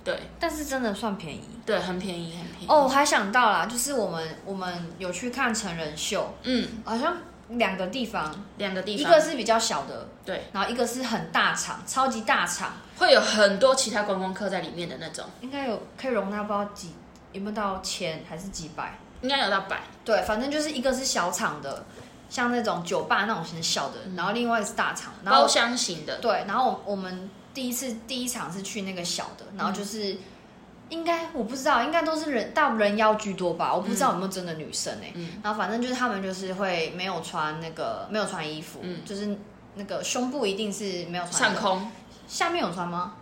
[SPEAKER 1] 对
[SPEAKER 2] 但是真的算便宜。
[SPEAKER 1] 对，很便宜很便宜。
[SPEAKER 2] 哦，我还想到啦，就是我们我们有去看成人秀，
[SPEAKER 1] 嗯，
[SPEAKER 2] 好像两个地方，
[SPEAKER 1] 两个地
[SPEAKER 2] 一
[SPEAKER 1] 方，
[SPEAKER 2] 个是比较小的，
[SPEAKER 1] 对，
[SPEAKER 2] 然后一个是很大场，超级大场，
[SPEAKER 1] 会有很多其他观光客在里面的那种，
[SPEAKER 2] 应该有可以容纳不知道几，有没有到千还是几百？
[SPEAKER 1] 应该有到百，
[SPEAKER 2] 对，反正就是一个是小场的，像那种酒吧那种很小的，然后另外是大场，然后
[SPEAKER 1] 包厢型的，
[SPEAKER 2] 对，然后我我们第一次第一场是去那个小的，
[SPEAKER 1] 嗯
[SPEAKER 2] 然后就是、应该我不知道，应该都是人大人妖居多吧，我不知道有没有真的女生哎、
[SPEAKER 1] 嗯
[SPEAKER 2] 然后反正就是他们就是会没有穿那个没有穿衣服，
[SPEAKER 1] 嗯
[SPEAKER 2] 就是那个胸部一定是没有穿
[SPEAKER 1] 上
[SPEAKER 2] 的，
[SPEAKER 1] 空，
[SPEAKER 2] 下面有穿吗？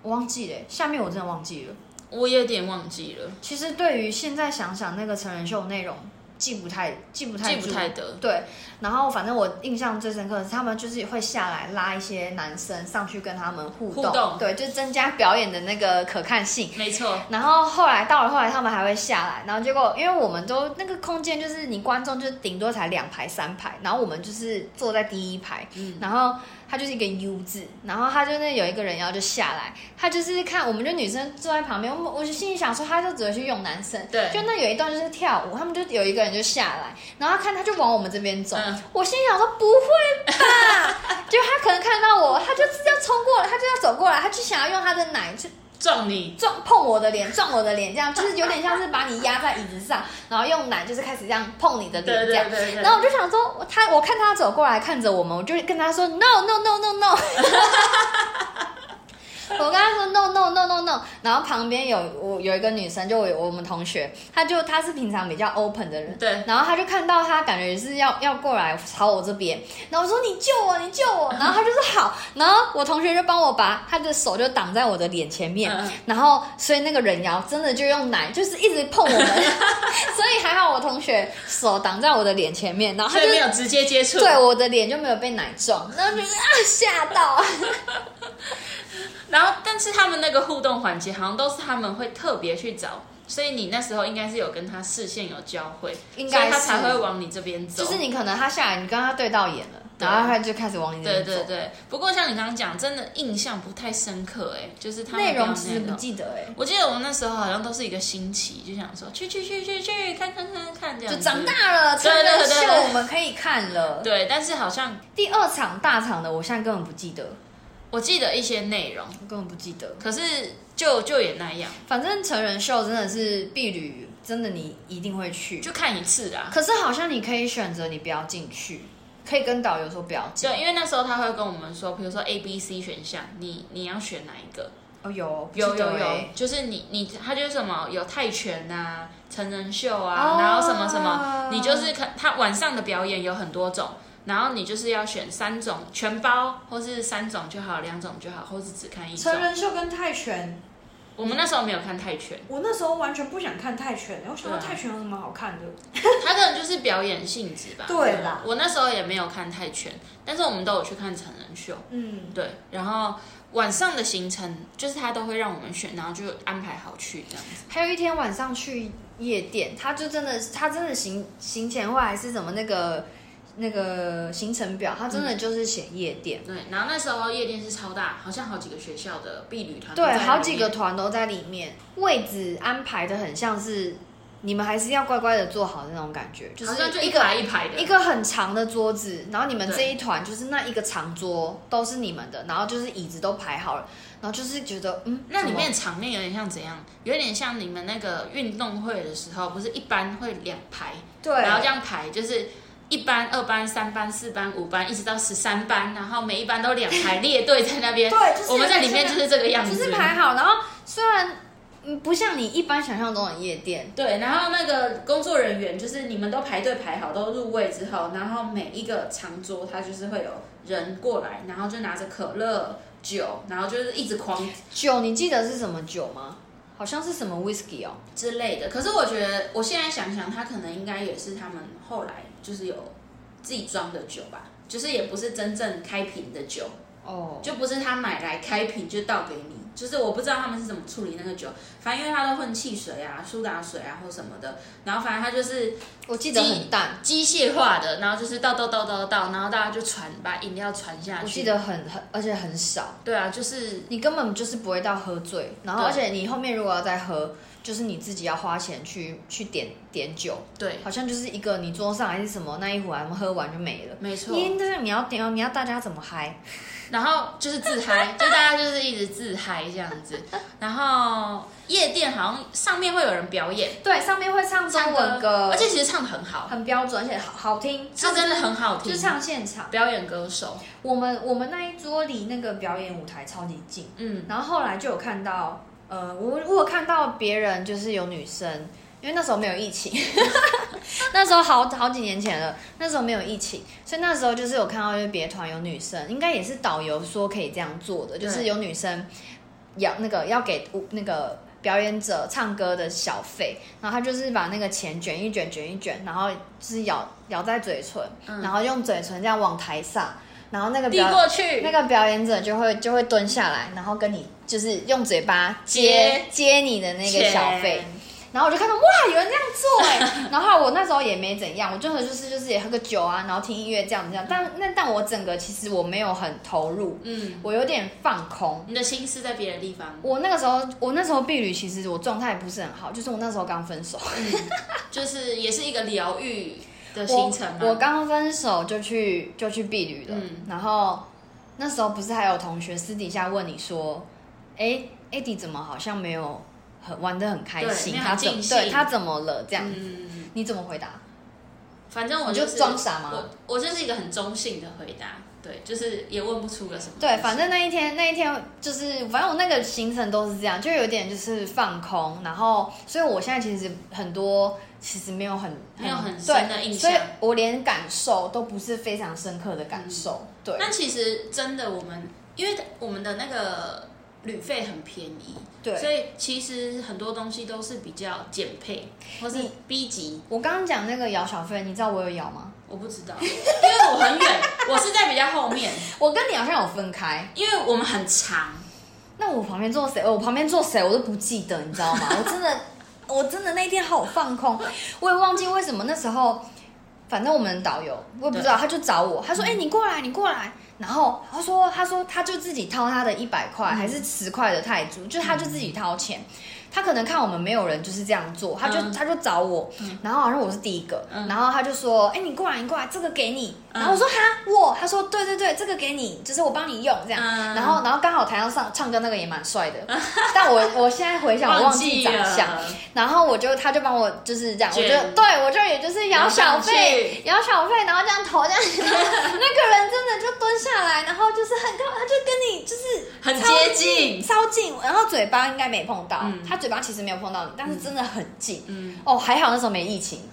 [SPEAKER 2] 我忘记了欸、下面我真的忘记了。
[SPEAKER 1] 我有点忘记了，
[SPEAKER 2] 其实对于现在想想那个成人秀内容记不太记不太
[SPEAKER 1] 记
[SPEAKER 2] 住
[SPEAKER 1] 不太 得，
[SPEAKER 2] 对，然后反正我印象最深刻的是，他们就是会下来拉一些男生上去跟他们互动，
[SPEAKER 1] 互动
[SPEAKER 2] 对，就增加表演的那个可看性。
[SPEAKER 1] 没错，
[SPEAKER 2] 然后后来到了后来，他们还会下来，然后结果因为我们都那个空间就是你观众就顶多才两排三排，然后我们就是坐在第一排，
[SPEAKER 1] 嗯
[SPEAKER 2] 然后他就是一个 U 字，然后他就那有一个人然后就下来，他就是看我们就女生坐在旁边，我们我就心里想说他就只会去用男生，
[SPEAKER 1] 对
[SPEAKER 2] 就那有一段就是跳舞，他们就有一个人就下来，然后他看他就往我们这边走，
[SPEAKER 1] 嗯
[SPEAKER 2] 我心里想说不会吧，就他可能看到我，他就是要冲过来，他就要走过来，他就想要用他的奶去
[SPEAKER 1] 撞你，
[SPEAKER 2] 撞碰我的脸，撞我的脸，这样就是有点像是把你压在椅子上，然后用奶就是开始这样碰你的
[SPEAKER 1] 对
[SPEAKER 2] 脸这
[SPEAKER 1] 对
[SPEAKER 2] 样。
[SPEAKER 1] 对对，
[SPEAKER 2] 然后我就想说，我他我看他走过来看着我们，我就跟他说 no no no no no。我跟他说 no no no no no，然后旁边有我有一个女生，就我我们同学，她就她是平常比较 open 的人，
[SPEAKER 1] 对
[SPEAKER 2] 然后她就看到她感觉是要要过来朝我这边，然后我说你救我你救我，然后她就说好，然后我同学就帮我把她的手就挡在我的脸前面，
[SPEAKER 1] 嗯
[SPEAKER 2] 然后所以那个人妖真的就用奶就是一直碰 我们，所以还好我同学手挡在我的脸前面，然后
[SPEAKER 1] 所
[SPEAKER 2] 她就
[SPEAKER 1] 以没有直接接触，
[SPEAKER 2] 对我的脸就没有被奶撞，然后就是啊吓到。
[SPEAKER 1] 然后，但是他们那个互动环节好像都是他们会特别去找，所以你那时候应该是有跟他视线有交汇，
[SPEAKER 2] 应该
[SPEAKER 1] 所以他
[SPEAKER 2] 是
[SPEAKER 1] 才会往你这边走。
[SPEAKER 2] 就是你可能他下来，你跟他对到眼了，
[SPEAKER 1] 对
[SPEAKER 2] 然后他就开始往你这
[SPEAKER 1] 对
[SPEAKER 2] 边
[SPEAKER 1] 对
[SPEAKER 2] 走。
[SPEAKER 1] 对。不过像你刚刚讲，真的印象不太深刻、哎，就是他们
[SPEAKER 2] 内容
[SPEAKER 1] 比较
[SPEAKER 2] 其实
[SPEAKER 1] 内
[SPEAKER 2] 不
[SPEAKER 1] 容
[SPEAKER 2] 记得哎、
[SPEAKER 1] 我记得我们那时候好像都是一个新奇，就想说去去去去去看看看看这样
[SPEAKER 2] 就
[SPEAKER 1] 子
[SPEAKER 2] 长。大了，成
[SPEAKER 1] 对对
[SPEAKER 2] 人
[SPEAKER 1] 对对
[SPEAKER 2] 秀
[SPEAKER 1] 对
[SPEAKER 2] 我们可以看了。
[SPEAKER 1] 对，但是好像
[SPEAKER 2] 第二场大场的，我现在根本不记得，
[SPEAKER 1] 我记得一些内容，
[SPEAKER 2] 我根本不记得。
[SPEAKER 1] 可是就就也那样，
[SPEAKER 2] 反正成人秀真的是避旅，真的你一定会去。
[SPEAKER 1] 就看一次啦。
[SPEAKER 2] 可是好像你可以选择你不要进去，可以跟导游说不要进。
[SPEAKER 1] 对，因为那时候他会跟我们说，比如说 A、B、C 选项，你你要选哪一个？
[SPEAKER 2] 哦，有不
[SPEAKER 1] 有
[SPEAKER 2] 记得
[SPEAKER 1] 有有
[SPEAKER 2] 欸，
[SPEAKER 1] 就是你你他就是什么有泰拳呐、成人秀啊，
[SPEAKER 2] 哦
[SPEAKER 1] 然后什么什么，你就是看他晚上的表演有很多种，然后你就是要选三种全包，或是三种就好，两种就好，或是只看一种
[SPEAKER 3] 成。人秀跟泰拳，
[SPEAKER 1] 我们那时候没有看泰拳，
[SPEAKER 3] 我那时候完全不想看泰拳，我想说
[SPEAKER 1] 对啊
[SPEAKER 3] 泰拳有什么好看的？
[SPEAKER 1] 他可能就是表演性质吧。
[SPEAKER 3] 对啦
[SPEAKER 1] 我那时候也没有看泰拳，但是我们都有去看成人秀。
[SPEAKER 3] 嗯，
[SPEAKER 1] 对，然后晚上的行程就是他都会让我们选，然后就安排好去这样子。
[SPEAKER 2] 还有一天晚上去夜店，他就真的，他真的行行前会还是什么那个那个行程表，他真的就是写夜店。
[SPEAKER 1] 对，然后那时候夜店是超大，好像好几个学校的婢女团都
[SPEAKER 2] 对，
[SPEAKER 1] 在里面
[SPEAKER 2] 好几个团都在里面，位置安排的很像是你们还是要乖乖的坐好那种感觉，就
[SPEAKER 1] 好像就是一
[SPEAKER 2] 一个
[SPEAKER 1] 排一排的，
[SPEAKER 2] 一个很长的桌子，然后你们
[SPEAKER 1] 对
[SPEAKER 2] 这一团就是那一个长桌都是你们的，然后就是椅子都排好了，然后就是觉得嗯，
[SPEAKER 1] 那里
[SPEAKER 2] 怎么
[SPEAKER 1] 面场面有点像怎样？有点像你们那个运动会的时候，不是一班会两排，
[SPEAKER 2] 对，
[SPEAKER 1] 然后这样排，就是一班、二班、三班、四班、五班，一直到十三班，然后每一班都两排列队在那边。
[SPEAKER 2] 对， 就是
[SPEAKER 1] 我们在里面就是这个样
[SPEAKER 2] 就
[SPEAKER 1] 子，
[SPEAKER 2] 是排好，然后虽然嗯不像你一般想象中的夜店，
[SPEAKER 1] 对，然后那个工作人员就是你们都排队排好，都入位之后，然后每一个长桌他就是会有人过来，然后就拿着可乐、酒，然后就是一直狂
[SPEAKER 2] 酒你记得是什么酒吗？好像是什么 whisky 哦，
[SPEAKER 1] 之类的。可是我觉得，我现在想想，他可能应该也是他们后来就是有自己装的酒吧，就是也不是真正开瓶的酒，
[SPEAKER 2] 哦，
[SPEAKER 1] 就不是他买来开瓶就倒给你。就是我不知道他们是怎么处理那个酒，反正因为他都混汽水啊、苏打水啊或什么的，然后反正他就是
[SPEAKER 2] 我记得很淡，
[SPEAKER 1] 机械化的，然后就是倒倒倒倒倒，然后大家就传把饮料传下去。
[SPEAKER 2] 我记得很很，而且很少，
[SPEAKER 1] 对啊，就是
[SPEAKER 2] 你根本就是不会到喝醉，然后
[SPEAKER 1] 对
[SPEAKER 2] 而且你后面如果要再喝，就是你自己要花钱去去点点酒，
[SPEAKER 1] 对，
[SPEAKER 2] 好像就是一个你桌上还是什么那一壶，我们喝完就没了。
[SPEAKER 1] 没错。
[SPEAKER 2] 因为你要点，你要大家怎么嗨？
[SPEAKER 1] 然后就是自嗨，就大家就是一直自嗨这样子。然后夜店好像上面会有人表演
[SPEAKER 2] 对，上面会唱
[SPEAKER 1] 唱
[SPEAKER 2] 中文歌，
[SPEAKER 1] 而且其实唱的很好，
[SPEAKER 2] 很标准，而且好好听，
[SPEAKER 1] 是真的很好听。
[SPEAKER 2] 就唱现场。
[SPEAKER 1] 表演歌手，
[SPEAKER 2] 我们我们那一桌离那个表演舞台超级近，
[SPEAKER 1] 嗯，
[SPEAKER 2] 然后后来就有看到，呃，我我有看到别人就是有女生，因为那时候没有疫情， 那时候好好几年前了，那时候没有疫情，所以那时候就是有看到就是别团有女生，应该也是导游说可以这样做的，就是
[SPEAKER 1] 对
[SPEAKER 2] 有女生要那个要给舞那个。表演者唱歌的小费，然后他就是把那个钱卷一卷，卷一卷，然后就是咬咬在嘴唇，
[SPEAKER 1] 嗯
[SPEAKER 2] 然后用嘴唇这样往台上，然后那个
[SPEAKER 1] 递
[SPEAKER 2] 表
[SPEAKER 1] 过
[SPEAKER 2] 那
[SPEAKER 1] 去，
[SPEAKER 2] 个表演者就会就会蹲下来，然后跟你就是用嘴巴接
[SPEAKER 1] 接
[SPEAKER 2] 接你的那个
[SPEAKER 1] 钱
[SPEAKER 2] 小费，，然后我就看到哇，有人这样做 哎、然后后来我那时候也没怎样，我就就是就是也喝个酒啊，然后听音乐这样这样，但那但我整个其实我没有很投入，
[SPEAKER 1] 嗯，
[SPEAKER 2] 我有点放空。
[SPEAKER 1] 你的心思在别的地方，
[SPEAKER 2] 我那个时候，我那时候避旅，其实我状态不是很好，就是我那时候刚分手，
[SPEAKER 1] 就是也是一个疗愈的
[SPEAKER 2] 我
[SPEAKER 1] 行程
[SPEAKER 2] 我
[SPEAKER 1] 嘛。
[SPEAKER 2] 刚分手就去就去避旅了，
[SPEAKER 1] 嗯
[SPEAKER 2] 然后那时候不是还有同学私底下问你说，哎、艾迪怎么好像没有很玩的很开心，
[SPEAKER 1] 对没有
[SPEAKER 2] 他怎
[SPEAKER 1] 尽兴
[SPEAKER 2] 对他怎么了这样？
[SPEAKER 1] 嗯，
[SPEAKER 2] 你怎么回答？
[SPEAKER 1] 反正我
[SPEAKER 2] 你就是装傻吗
[SPEAKER 1] 我我就是一个很中性的回答，对，就是也问不出个什么东西。
[SPEAKER 2] 对，反正那一天那一天就是，反正我那个行程都是这样，就有点就是放空，然后，所以我现在其实很多其实没有很
[SPEAKER 1] 没有很
[SPEAKER 2] 对
[SPEAKER 1] 深的印
[SPEAKER 2] 所
[SPEAKER 1] 象
[SPEAKER 2] 以。我连感受都不是非常深刻的感受，对。
[SPEAKER 1] 但其实真的，我们因为我们的那个旅费很便宜，
[SPEAKER 2] 对
[SPEAKER 1] 所以其实很多东西都是比较减配或是
[SPEAKER 2] 你
[SPEAKER 1] B 级，
[SPEAKER 2] 我刚刚讲那个摇小费，你知道我有摇吗？
[SPEAKER 1] 我不知道，因为我很 远，我是在比较后面，
[SPEAKER 2] 我跟你好像有分开。
[SPEAKER 1] 因为我们很长，
[SPEAKER 2] 那我旁边坐谁？哦我旁边坐谁我都不记得，你知 道吗？我真的，我真的那天好放空，我也忘记为什么那时候，反正我们导游我也不知道，他就找我，
[SPEAKER 1] 嗯
[SPEAKER 2] 他说：“哎、你过来，你过来。”然后他说：“他说他就自己掏他的一百块、
[SPEAKER 1] 嗯
[SPEAKER 2] 还是十块的泰铢，就他就自己掏钱。他可能看我们没有人就是这样做，他就、
[SPEAKER 1] 嗯
[SPEAKER 2] 他就找我，然后好像我是第一个，
[SPEAKER 1] 嗯
[SPEAKER 2] 然后他就说：“哎、你过来，你过来，这个给你。”
[SPEAKER 1] 嗯
[SPEAKER 2] 然后我说：“哈，我。”他说：“对对对，这个给你，就是我帮你用这样。”
[SPEAKER 1] 嗯
[SPEAKER 2] 然后然后刚好台上上唱歌那个也蛮帅的，但我我现在回想我忘记
[SPEAKER 1] 记
[SPEAKER 2] 长相，
[SPEAKER 1] 了，
[SPEAKER 2] 然后我就他就帮我就是这样，我就
[SPEAKER 1] 卷
[SPEAKER 2] 对我就也就是摇小费，摇小费，然后这样投这样，然后 那个人真的就蹲下来，然后就是很高，他就跟你就是
[SPEAKER 1] 很
[SPEAKER 2] 超
[SPEAKER 1] 接近，
[SPEAKER 2] 超近，然后嘴巴应该没碰到，
[SPEAKER 1] 嗯
[SPEAKER 2] 他嘴巴其实没有碰到你，但是真的很近。
[SPEAKER 1] 嗯，
[SPEAKER 2] 哦，还好那时候没疫 情。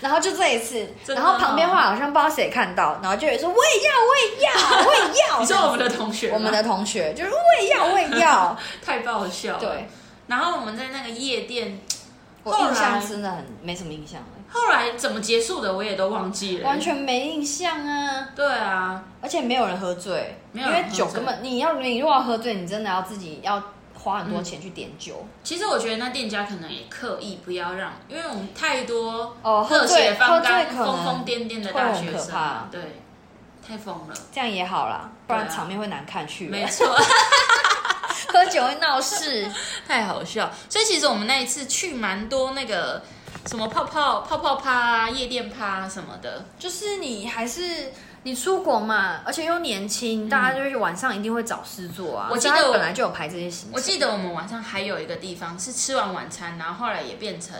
[SPEAKER 2] 然后就这一次，
[SPEAKER 1] 真的
[SPEAKER 2] 然
[SPEAKER 1] 哦
[SPEAKER 2] 后旁边话好像不知道谁看到，然后就有人说我也要，我也要，我也 要。
[SPEAKER 1] 你说我们的同学吗，
[SPEAKER 2] 我们的同学就是我也要，我也 要。
[SPEAKER 1] 太爆笑了，
[SPEAKER 2] 对，
[SPEAKER 1] 然后我们在那个夜店，
[SPEAKER 2] 我
[SPEAKER 1] 后来
[SPEAKER 2] 印象真的很没什么印象了，
[SPEAKER 1] 后来怎么结束的我也都忘记了，
[SPEAKER 2] 完全没印象啊！
[SPEAKER 1] 对啊，
[SPEAKER 2] 而且没有人喝醉，
[SPEAKER 1] 没
[SPEAKER 2] 因
[SPEAKER 1] 有人
[SPEAKER 2] 为
[SPEAKER 1] 喝醉
[SPEAKER 2] 酒根本你要你如果要喝醉，你真的要自己要花
[SPEAKER 1] 嗯
[SPEAKER 2] 很多钱去点酒。
[SPEAKER 1] 其实我觉得那店家可能也刻意不要让，因为我们太多
[SPEAKER 2] 哦，喝
[SPEAKER 1] 热
[SPEAKER 2] 醉
[SPEAKER 1] 血
[SPEAKER 2] 喝
[SPEAKER 1] 方
[SPEAKER 2] 醉
[SPEAKER 1] 刚、疯
[SPEAKER 2] 可能
[SPEAKER 1] 疯癫癫的大学
[SPEAKER 2] 会很可怕
[SPEAKER 1] 生，对，太疯了，
[SPEAKER 2] 这样也好啦，不
[SPEAKER 1] 对
[SPEAKER 2] 然
[SPEAKER 1] 啊
[SPEAKER 2] 场面会难看去了。
[SPEAKER 1] 没错，
[SPEAKER 2] 喝酒会闹事。
[SPEAKER 1] 太好笑。所以其实我们那一次去蛮多那个什么泡泡泡泡趴啊、夜店趴啊什么的，
[SPEAKER 2] 就是你还是你出国嘛，而且又年轻，大家就是晚上一定会找事做啊。
[SPEAKER 1] 嗯我记得
[SPEAKER 2] 所以他
[SPEAKER 1] 我
[SPEAKER 2] 本来就有排这些行程，
[SPEAKER 1] 我记得我们晚上还有一个地方是吃完晚餐，然后后来也变成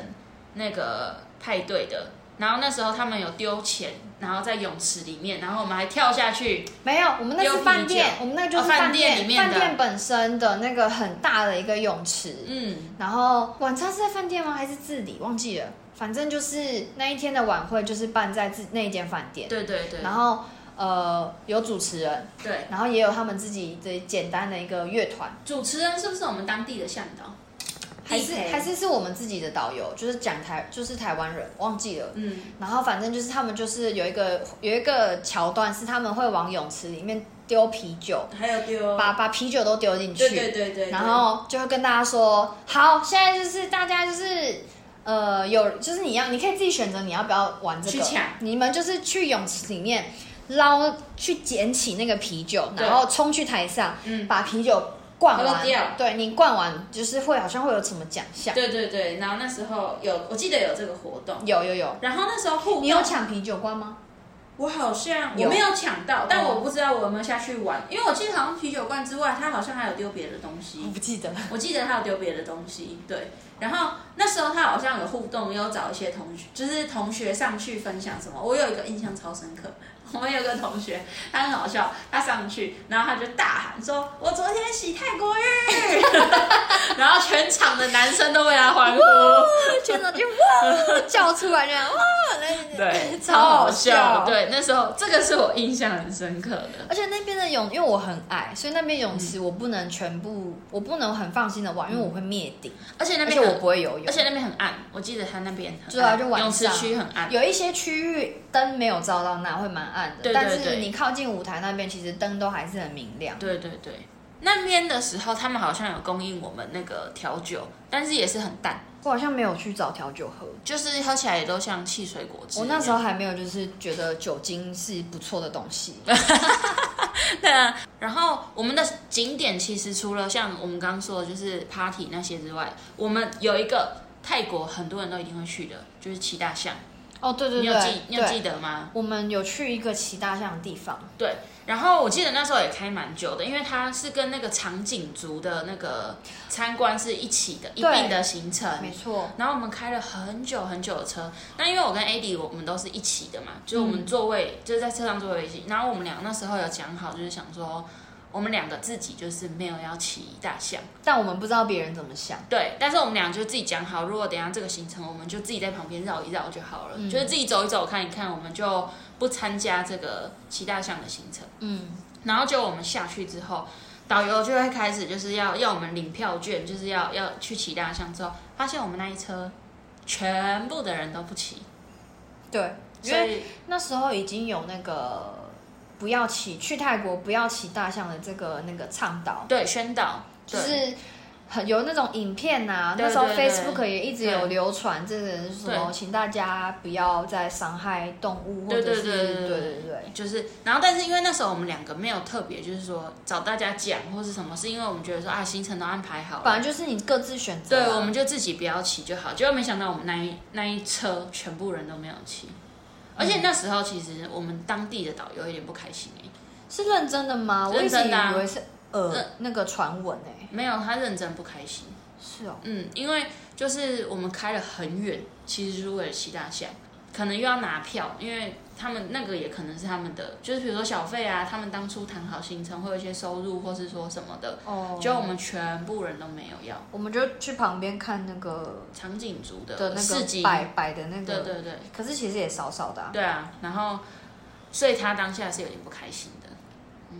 [SPEAKER 1] 那个派对的。然后那时候他们有丢钱，然后在泳池里面，然后我们还跳下去。
[SPEAKER 2] 没有，我们那
[SPEAKER 1] 有
[SPEAKER 2] 是
[SPEAKER 1] 啤
[SPEAKER 2] 饭
[SPEAKER 1] 酒
[SPEAKER 2] 店，我们那个就
[SPEAKER 1] 哦
[SPEAKER 2] 是
[SPEAKER 1] 饭
[SPEAKER 2] 饭
[SPEAKER 1] 店里面
[SPEAKER 2] 饭
[SPEAKER 1] 的
[SPEAKER 2] 店本身的那个很大的一个泳池。
[SPEAKER 1] 嗯，
[SPEAKER 2] 然后晚餐是在饭店吗？还是自理？忘记了，反正就是那一天的晚会就是办在自那一间饭店，
[SPEAKER 1] 对对对，
[SPEAKER 2] 然后呃有主持人，
[SPEAKER 1] 对
[SPEAKER 2] 然后也有他们自己的简单的一个乐团，
[SPEAKER 1] 主持人是不是我们当地的向导？
[SPEAKER 2] 还是
[SPEAKER 3] 地陪
[SPEAKER 2] 还是是我们自己的导游，就是讲台就是台湾人，忘记了。
[SPEAKER 1] 嗯，
[SPEAKER 2] 然后反正就是他们就是有一个有一个桥段是他们会往泳池里面丢啤酒，
[SPEAKER 3] 还有丢
[SPEAKER 2] 把把啤酒都丢进去，
[SPEAKER 3] 对对对对，
[SPEAKER 2] 然后就会跟大家说，好，现在就是大家就是呃有，就是你要你可以自己选择你要不要玩这
[SPEAKER 1] 去
[SPEAKER 2] 个
[SPEAKER 1] 抢，
[SPEAKER 2] 你们就是去泳池里面捞去捡起那个啤酒，
[SPEAKER 1] 对
[SPEAKER 2] 然后冲去台上，
[SPEAKER 1] 嗯
[SPEAKER 2] 把啤酒灌
[SPEAKER 1] 喝
[SPEAKER 2] 完
[SPEAKER 1] 掉，
[SPEAKER 2] 对你灌完就是会好像会有什么奖项，
[SPEAKER 1] 对对对。然后那时候有，我记得有这个活动。
[SPEAKER 2] 有有有，
[SPEAKER 1] 然后那时候互动
[SPEAKER 2] 你有抢啤酒罐吗？
[SPEAKER 3] 我好像
[SPEAKER 1] 我
[SPEAKER 3] 我
[SPEAKER 1] 没
[SPEAKER 3] 没有
[SPEAKER 1] 有哦抢到，但我不知道我有没有下去玩，因为我记得好像啤酒罐之外，他好像还有丢别的东西。
[SPEAKER 2] 我不记得了，
[SPEAKER 1] 我记得他有丢别的东西，对。然后那时候他好像有互动，有找一些同学，就是同学上去分享什么。我有一个印象超深刻， 我们有个同学，他很好笑，他上去，然后他就大喊说：“我昨天洗泰国浴！” 然后全场的男生都为他欢呼，
[SPEAKER 2] 全 场就哇 叫出来这样哇，
[SPEAKER 1] 对，
[SPEAKER 2] 超好笑
[SPEAKER 1] 对，那时候这个是我印象很深刻的。
[SPEAKER 2] 而且那边的泳，因为我很矮，所以那边泳池我不能全部，我不能很放心的玩，因为我会灭顶，
[SPEAKER 1] 而嗯且那
[SPEAKER 2] 而
[SPEAKER 1] 边
[SPEAKER 2] 且我
[SPEAKER 1] 很，
[SPEAKER 2] 不会游泳，
[SPEAKER 1] 而且那边很暗，我记得他那边很
[SPEAKER 2] 对啊
[SPEAKER 1] 暗
[SPEAKER 2] 就晚
[SPEAKER 1] 泳池
[SPEAKER 2] 上
[SPEAKER 1] 区很暗，
[SPEAKER 2] 有一些区域灯没有照到那，会蛮暗的。
[SPEAKER 1] 对对
[SPEAKER 2] 但是
[SPEAKER 1] 对
[SPEAKER 2] 你靠近舞台那边，其实灯都还是很明亮。
[SPEAKER 1] 对对对，那边的时候他们好像有供应我们那个调酒，但是也是很淡，
[SPEAKER 2] 我好像没有去找调酒喝，
[SPEAKER 1] 就是喝起来也都像汽水果汁一
[SPEAKER 2] 我
[SPEAKER 1] 样。
[SPEAKER 2] 哦那时候还没有就是觉得酒精是不错的东西。
[SPEAKER 1] 对啊，然后我们的景点其实除了像我们刚刚说的就是 party 那些之外，我们有一个泰国很多人都一定会去的，就是骑大象。
[SPEAKER 2] 哦，对对
[SPEAKER 1] 你
[SPEAKER 2] 对，
[SPEAKER 1] 有记你有记
[SPEAKER 2] 对，
[SPEAKER 1] 得吗？
[SPEAKER 2] 我们有去一个骑大象的地方，
[SPEAKER 1] 然后我记得那时候也开蛮久的，因为它是跟那个长颈族的那个参观是一起的，一
[SPEAKER 2] 对
[SPEAKER 1] 并的行程。
[SPEAKER 2] 没错，
[SPEAKER 1] 然后我们开了很久很久的车，那因为我跟 AD 我们都是一起的嘛，就是我们座位、就是在车上座位一起。然后我们俩那时候有讲好，就是想说我们两个自己就是没有要骑大象，
[SPEAKER 2] 但我们不知道别人怎么想。
[SPEAKER 1] 对。但是我们俩就自己讲好，如果等一下这个行程，我们就自己在旁边绕一绕就好了，
[SPEAKER 2] 嗯
[SPEAKER 1] 就是自己走一走看一看，我们就不参加这个骑大象的行程。
[SPEAKER 2] 嗯，
[SPEAKER 1] 然后就我们下去之后，导游就会开始就是要要我们领票券，就是要要去骑大象。之后发现我们那一车全部的人都不骑，
[SPEAKER 2] 对，因
[SPEAKER 1] 所
[SPEAKER 2] 为
[SPEAKER 1] 以
[SPEAKER 2] 那时候已经有那个不要骑去泰国不要骑大象的这个那个倡导。
[SPEAKER 1] 对宣导
[SPEAKER 2] 就
[SPEAKER 1] 对。
[SPEAKER 2] 是很有那种影片呐、
[SPEAKER 1] 对
[SPEAKER 2] 那时候
[SPEAKER 1] 对对
[SPEAKER 2] Facebook 也一直有流传这个什么，
[SPEAKER 1] 对
[SPEAKER 2] 请大家不要再伤害动物，或
[SPEAKER 1] 对
[SPEAKER 2] 者
[SPEAKER 1] 对
[SPEAKER 2] 是
[SPEAKER 1] 对对
[SPEAKER 2] 对
[SPEAKER 1] 对
[SPEAKER 2] 对对
[SPEAKER 1] 就是，然后但是因为那时候我们两个没有特别，就是说找大家讲或是什么，是因为我们觉得说啊行程都安排好
[SPEAKER 2] 本
[SPEAKER 1] 了，
[SPEAKER 2] 来就是你各自选择
[SPEAKER 1] 对
[SPEAKER 2] 啊、，
[SPEAKER 1] 我们就自己不要骑就好。结果没想到我们那一那一车全部人都没有骑，而且那时候其实我们当地的导游有点不开心哎、
[SPEAKER 2] 是认真的吗？我一
[SPEAKER 1] 认
[SPEAKER 2] 直
[SPEAKER 1] 真的啊
[SPEAKER 2] 以为是呃
[SPEAKER 1] 认
[SPEAKER 2] 那个传闻哎，
[SPEAKER 1] 没有他认真不开心。
[SPEAKER 2] 是哦，
[SPEAKER 1] 嗯，因为就是我们开了很远，其实是为了骑大象，可能又要拿票，因为他们那个也可能是他们的，就是比如说小费啊，他们当初谈好行程会有一些收入，或是说什么的，
[SPEAKER 2] 哦，
[SPEAKER 1] 就我们全部人都没有要。
[SPEAKER 2] 我们就去旁边看那个
[SPEAKER 1] 长颈族
[SPEAKER 2] 的
[SPEAKER 1] 的
[SPEAKER 2] 那
[SPEAKER 1] 市集，
[SPEAKER 2] 个摆摆的那
[SPEAKER 1] 对
[SPEAKER 2] 个，
[SPEAKER 1] 对对
[SPEAKER 2] 可是其实也少少的、啊，
[SPEAKER 1] 对啊，然后所以他当下是有点不开心的，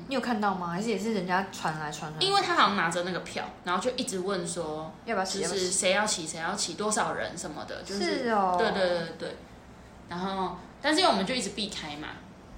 [SPEAKER 2] 你有看到吗？还是也是人家传来传来，
[SPEAKER 1] 因为他好像拿着那个票，然后就一直问说，
[SPEAKER 2] 要不要
[SPEAKER 1] 就
[SPEAKER 2] 吃？要不要
[SPEAKER 1] 是
[SPEAKER 2] 吃
[SPEAKER 1] 谁要骑谁要骑多少人什么的，就是
[SPEAKER 2] 是哦，
[SPEAKER 1] 对对对对。然后，但是因为我们就一直避开嘛，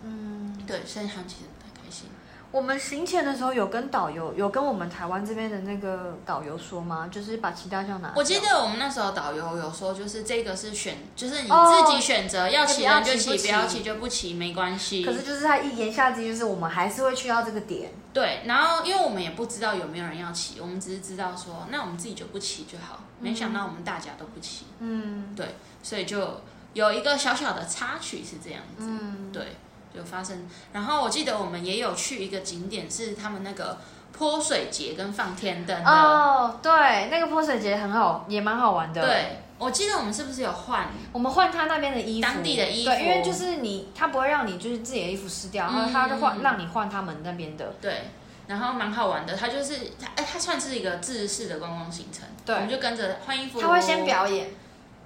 [SPEAKER 1] 嗯，对，所以他们其实不太开心。
[SPEAKER 2] 我们行前的时候有跟导游有跟我们台湾这边的那个导游说吗？就是把七大项拿掉。
[SPEAKER 1] 我记得我们那时候导游有说，就是这个是选，就是你
[SPEAKER 2] 哦
[SPEAKER 1] 自己选择要骑的
[SPEAKER 2] 要不
[SPEAKER 1] 就
[SPEAKER 2] 要骑
[SPEAKER 1] 骑，
[SPEAKER 2] 不
[SPEAKER 1] 不要
[SPEAKER 2] 骑
[SPEAKER 1] 骑就不骑，没关系。
[SPEAKER 2] 可是就是他一言下之意就是我们还是会去到这个点。
[SPEAKER 1] 对，然后因为我们也不知道有没有人要骑，我们只是知道说，那我们自己就不骑就好。没想到我们大家都不骑，
[SPEAKER 2] 嗯
[SPEAKER 1] 所以就有一个小小的插曲是这样子。
[SPEAKER 2] 嗯，
[SPEAKER 1] 对，就发生。然后我记得我们也有去一个景点，是他们那个泼水节跟放天灯的。
[SPEAKER 2] 哦，对，那个泼水节很好，也蛮好玩的。，
[SPEAKER 1] 对，我记得我们是不是有换？
[SPEAKER 2] 我们换他那边的衣服，
[SPEAKER 1] 当地的衣服
[SPEAKER 2] 对，因为就是你，他不会让你就是自己的衣服湿掉，他
[SPEAKER 1] 嗯
[SPEAKER 2] 他就换让你换他们那边的。
[SPEAKER 1] 对，然后蛮好玩的。它就是它，哎，它算是一个自式的观光行程。
[SPEAKER 2] 对
[SPEAKER 1] 我们就跟着换衣服。
[SPEAKER 2] 他会先表演，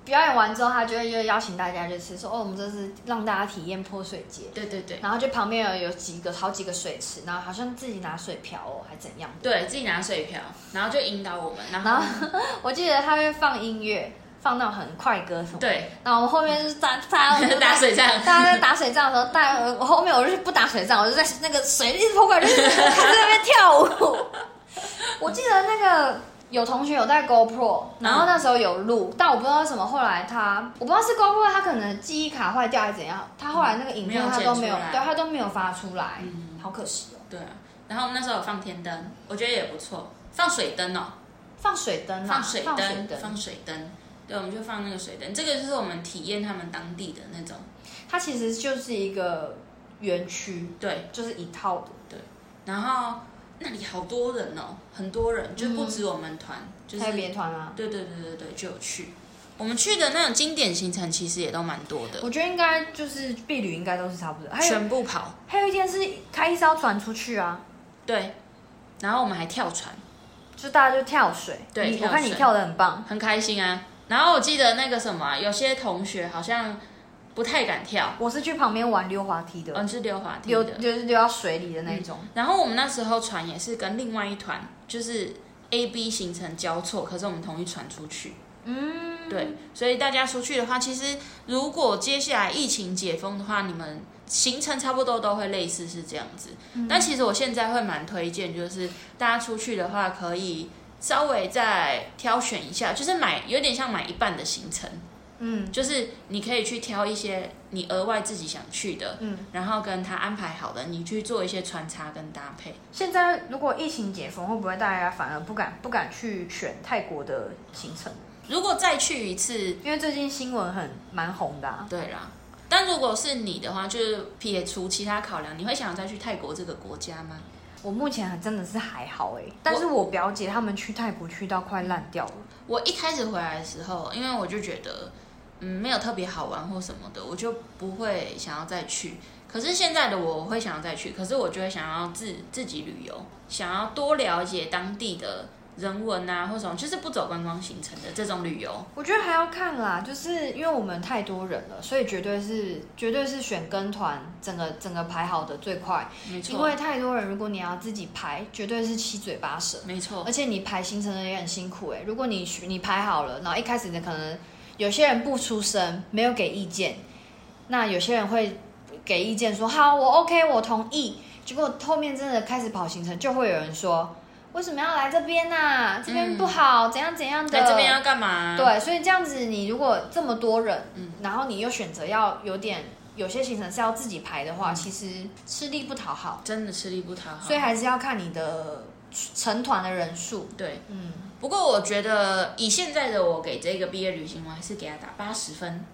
[SPEAKER 2] 表演完之后，他就会就邀请大家就是说，哦，我们这次让大家体验泼水节，
[SPEAKER 1] 对对对
[SPEAKER 2] 然后就旁边有有几个好几个水池，然后好像自己拿水瓢哦，还怎样的。
[SPEAKER 1] 对，自己拿水瓢，然后就引导我们，然
[SPEAKER 2] 然
[SPEAKER 1] 后
[SPEAKER 2] 后我记得他会放音乐，放那种很快歌什 么。。
[SPEAKER 1] 对
[SPEAKER 2] 然后我们后面就是大大家
[SPEAKER 1] 打水仗。
[SPEAKER 2] 大家在打水仗的时候，大我后面我就是不打水仗，我就在那个水一直泼过来，就是开始在那边跳 舞。我记得那个有同学有带 GoPro，然后那时候有录，但我不知道为什么后来他，我不知道是 GoPro 他可能记忆卡坏掉还是怎样，他后来那个影片
[SPEAKER 1] 没有
[SPEAKER 2] 他
[SPEAKER 1] 剪
[SPEAKER 2] 都嗯没有，
[SPEAKER 1] 出来
[SPEAKER 2] 对他都没有发出来，
[SPEAKER 1] 嗯
[SPEAKER 2] 好可惜哦。
[SPEAKER 1] 对啊，然后我们那时候有放天灯，我觉得也不错，放水灯哦，
[SPEAKER 2] 放水灯啊，
[SPEAKER 1] 放水
[SPEAKER 2] 放
[SPEAKER 1] 灯，放水灯。对，我们就放那个水灯，这个就是我们体验他们当地的那种。
[SPEAKER 2] 它其实就是一个园区，
[SPEAKER 1] 对，
[SPEAKER 2] 就是一套的。
[SPEAKER 1] 然后那里好多人哦，很多人，就不
[SPEAKER 2] 嗯
[SPEAKER 1] 止我们团，就是
[SPEAKER 2] 还有别团啊，
[SPEAKER 1] 对对对对对，就有去。我们去的那种经典行程其实也都蛮多的，
[SPEAKER 2] 我觉得应该就是避旅应该都是差不多，还有
[SPEAKER 1] 全部跑。
[SPEAKER 2] 还有一天是开一艘船出去啊，
[SPEAKER 1] 对，然后我们还跳船，
[SPEAKER 2] 就大家就跳水。
[SPEAKER 1] 对
[SPEAKER 2] 你
[SPEAKER 1] 跳
[SPEAKER 2] 我看你
[SPEAKER 1] 水
[SPEAKER 2] 跳的很棒。
[SPEAKER 1] 很开心啊。然后我记得那个什么啊、有些同学好像不太敢跳，
[SPEAKER 2] 我是去旁边玩溜滑梯的，
[SPEAKER 1] 嗯，是溜滑梯
[SPEAKER 2] 溜
[SPEAKER 1] 的。
[SPEAKER 2] 就是溜到水里的那种。
[SPEAKER 1] 然后我们那时候船也是跟另外一团，就是 A B 行程交错，可是我们同一船出去。
[SPEAKER 2] 嗯，
[SPEAKER 1] 对，所以大家出去的话，其实如果接下来疫情解封的话，你们行程差不多都会类似是这样子。但其实我现在会蛮推荐，就是大家出去的话，可以稍微再挑选一下，就是买有点像买一半的行程，
[SPEAKER 2] 嗯
[SPEAKER 1] 就是你可以去挑一些你额外自己想去的，
[SPEAKER 2] 嗯。
[SPEAKER 1] 然后跟他安排好的，你去做一些穿插跟搭配。
[SPEAKER 2] 现在如果疫情解封，会不会大家反而不敢不敢去选泰国的行程？
[SPEAKER 1] 如果再去一次，
[SPEAKER 2] 因为最近新闻很蛮红的、啊。
[SPEAKER 1] 对啦。但如果是你的话，就是撇除其他考量，你会想要再去泰国这个国家吗？
[SPEAKER 2] 我目前还真的是还好哎、但是我表姐他们去泰国去到快烂掉了。
[SPEAKER 1] 我一开始回来的时候，因为我就觉得，嗯，没有特别好玩或什么的，我就不会想要再去。可是现在的我，我会想要再去，可是我就会想要自自己旅游，想要多了解当地的人文啊，或什么，就是不走观光行程的这种旅游。
[SPEAKER 2] 我觉得还要看啦，就是因为我们太多人了，所以绝对是绝对是选跟团，整个整个排好的最快。
[SPEAKER 1] 没
[SPEAKER 2] 因
[SPEAKER 1] 错，
[SPEAKER 2] 为太多人，如果你要自己排，绝对是七嘴八舌，
[SPEAKER 1] 没错，
[SPEAKER 2] 而且你排行程的也很辛苦
[SPEAKER 1] 嗯
[SPEAKER 2] 诶、如果你你排好了，然后一开始你可能有些人不出声，没有给意见，那有些人会给意见说好，我 OK，我同意。结果后面真的开始跑行程，就会有人说为什么要来这边呐、啊？这边不好，怎样怎样的。
[SPEAKER 1] 来这边啊要干嘛？
[SPEAKER 2] 对，所以这样子，你如果这么多人，
[SPEAKER 1] 嗯
[SPEAKER 2] 然后你又选择要有点有些行程是要自己排的
[SPEAKER 1] 嗯
[SPEAKER 2] 话，其实吃力不讨好，
[SPEAKER 1] 真的吃力不讨好
[SPEAKER 2] 所。以还是要看你的成团的人数。
[SPEAKER 1] 对，
[SPEAKER 2] 嗯，
[SPEAKER 1] 不过我觉得以现在的我给这个毕业旅行，我还是给他打八十分，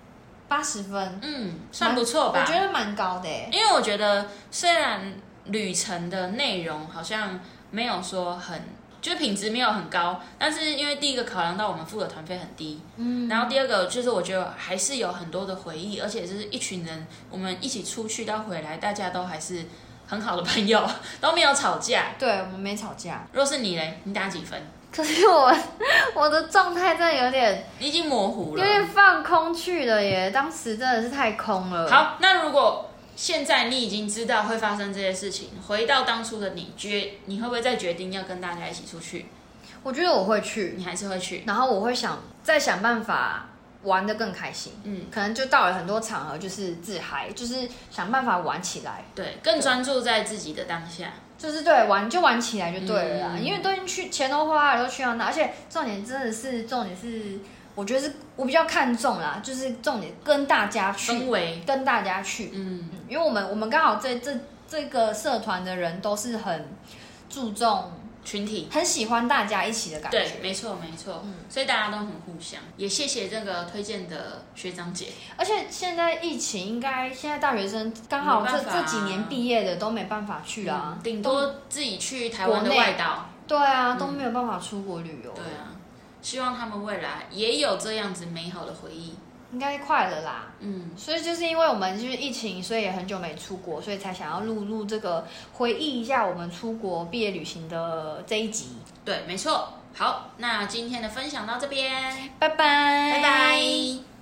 [SPEAKER 2] 八十分，
[SPEAKER 1] 嗯，算不错吧？
[SPEAKER 2] 我觉得蛮高的欸诶。
[SPEAKER 1] 因为我觉得虽然旅程的内容好像没有说很，就是品质没有很高，但是因为第一个考量到我们付的团费很低，嗯，然后第二个就是我觉得还是有很多的回忆，而且就是一群人我们一起出去到回来，大家都还是很好的朋友， 都没有吵架。
[SPEAKER 2] 对，我们没吵架，
[SPEAKER 1] 若是你嘞，你打几分？
[SPEAKER 2] 可是我 我的状态真的有点
[SPEAKER 1] 你已经模糊
[SPEAKER 2] 有
[SPEAKER 1] 了。
[SPEAKER 2] 点放空去了耶，当时真的是太空了。，
[SPEAKER 1] 好，那如果现在你已经知道会发生这些事情，回到当初的你决，你会不会再决定要跟大家一起出去？
[SPEAKER 2] 我觉得我会去，
[SPEAKER 1] 你还是会去？
[SPEAKER 2] 然后我会想再想办法玩的更开心。
[SPEAKER 1] 嗯，
[SPEAKER 2] 可能就到了很多场合，就是自嗨，就是想办法玩起来，
[SPEAKER 1] 对，更专注在自己的当下。
[SPEAKER 2] 就是对玩就玩起来就对了啦。
[SPEAKER 1] 嗯
[SPEAKER 2] 因为都已经去钱都花了，都去到那，而且重点真的是重点是，我觉得是我比较看重啦，就是重点跟大家
[SPEAKER 1] 氛
[SPEAKER 2] 去，
[SPEAKER 1] 围，
[SPEAKER 2] 跟大家去，
[SPEAKER 1] 嗯，
[SPEAKER 2] 嗯，因为我们我们刚好这这这个社团的人都是很注重，
[SPEAKER 1] 群体，
[SPEAKER 2] 很喜欢大家一起的感觉。嗯
[SPEAKER 1] 对，没错没错，所以大家都很互相，也谢谢这个推荐的学长姐，
[SPEAKER 2] 而且现在疫情，应该现在大学生刚好
[SPEAKER 1] 没
[SPEAKER 2] 这
[SPEAKER 1] 办法
[SPEAKER 2] 这
[SPEAKER 1] 啊
[SPEAKER 2] 几年毕业的都没办法去啊
[SPEAKER 1] 嗯，顶
[SPEAKER 2] 都
[SPEAKER 1] 多自己去台湾的
[SPEAKER 2] 国内
[SPEAKER 1] 外岛，
[SPEAKER 2] 对啊，
[SPEAKER 1] 嗯
[SPEAKER 2] 都没有办法出国旅游。
[SPEAKER 1] 对啊，希望他们未来也有这样子美好的回忆，
[SPEAKER 2] 应该快了啦。
[SPEAKER 1] 嗯，
[SPEAKER 2] 所以就是因为我们就是疫情，所以也很久没出国，所以才想要录录这个回忆一下我们出国毕业旅行的这一集。
[SPEAKER 1] 对，没错。好，那今天的分享到这边，
[SPEAKER 2] 拜拜，
[SPEAKER 1] 拜拜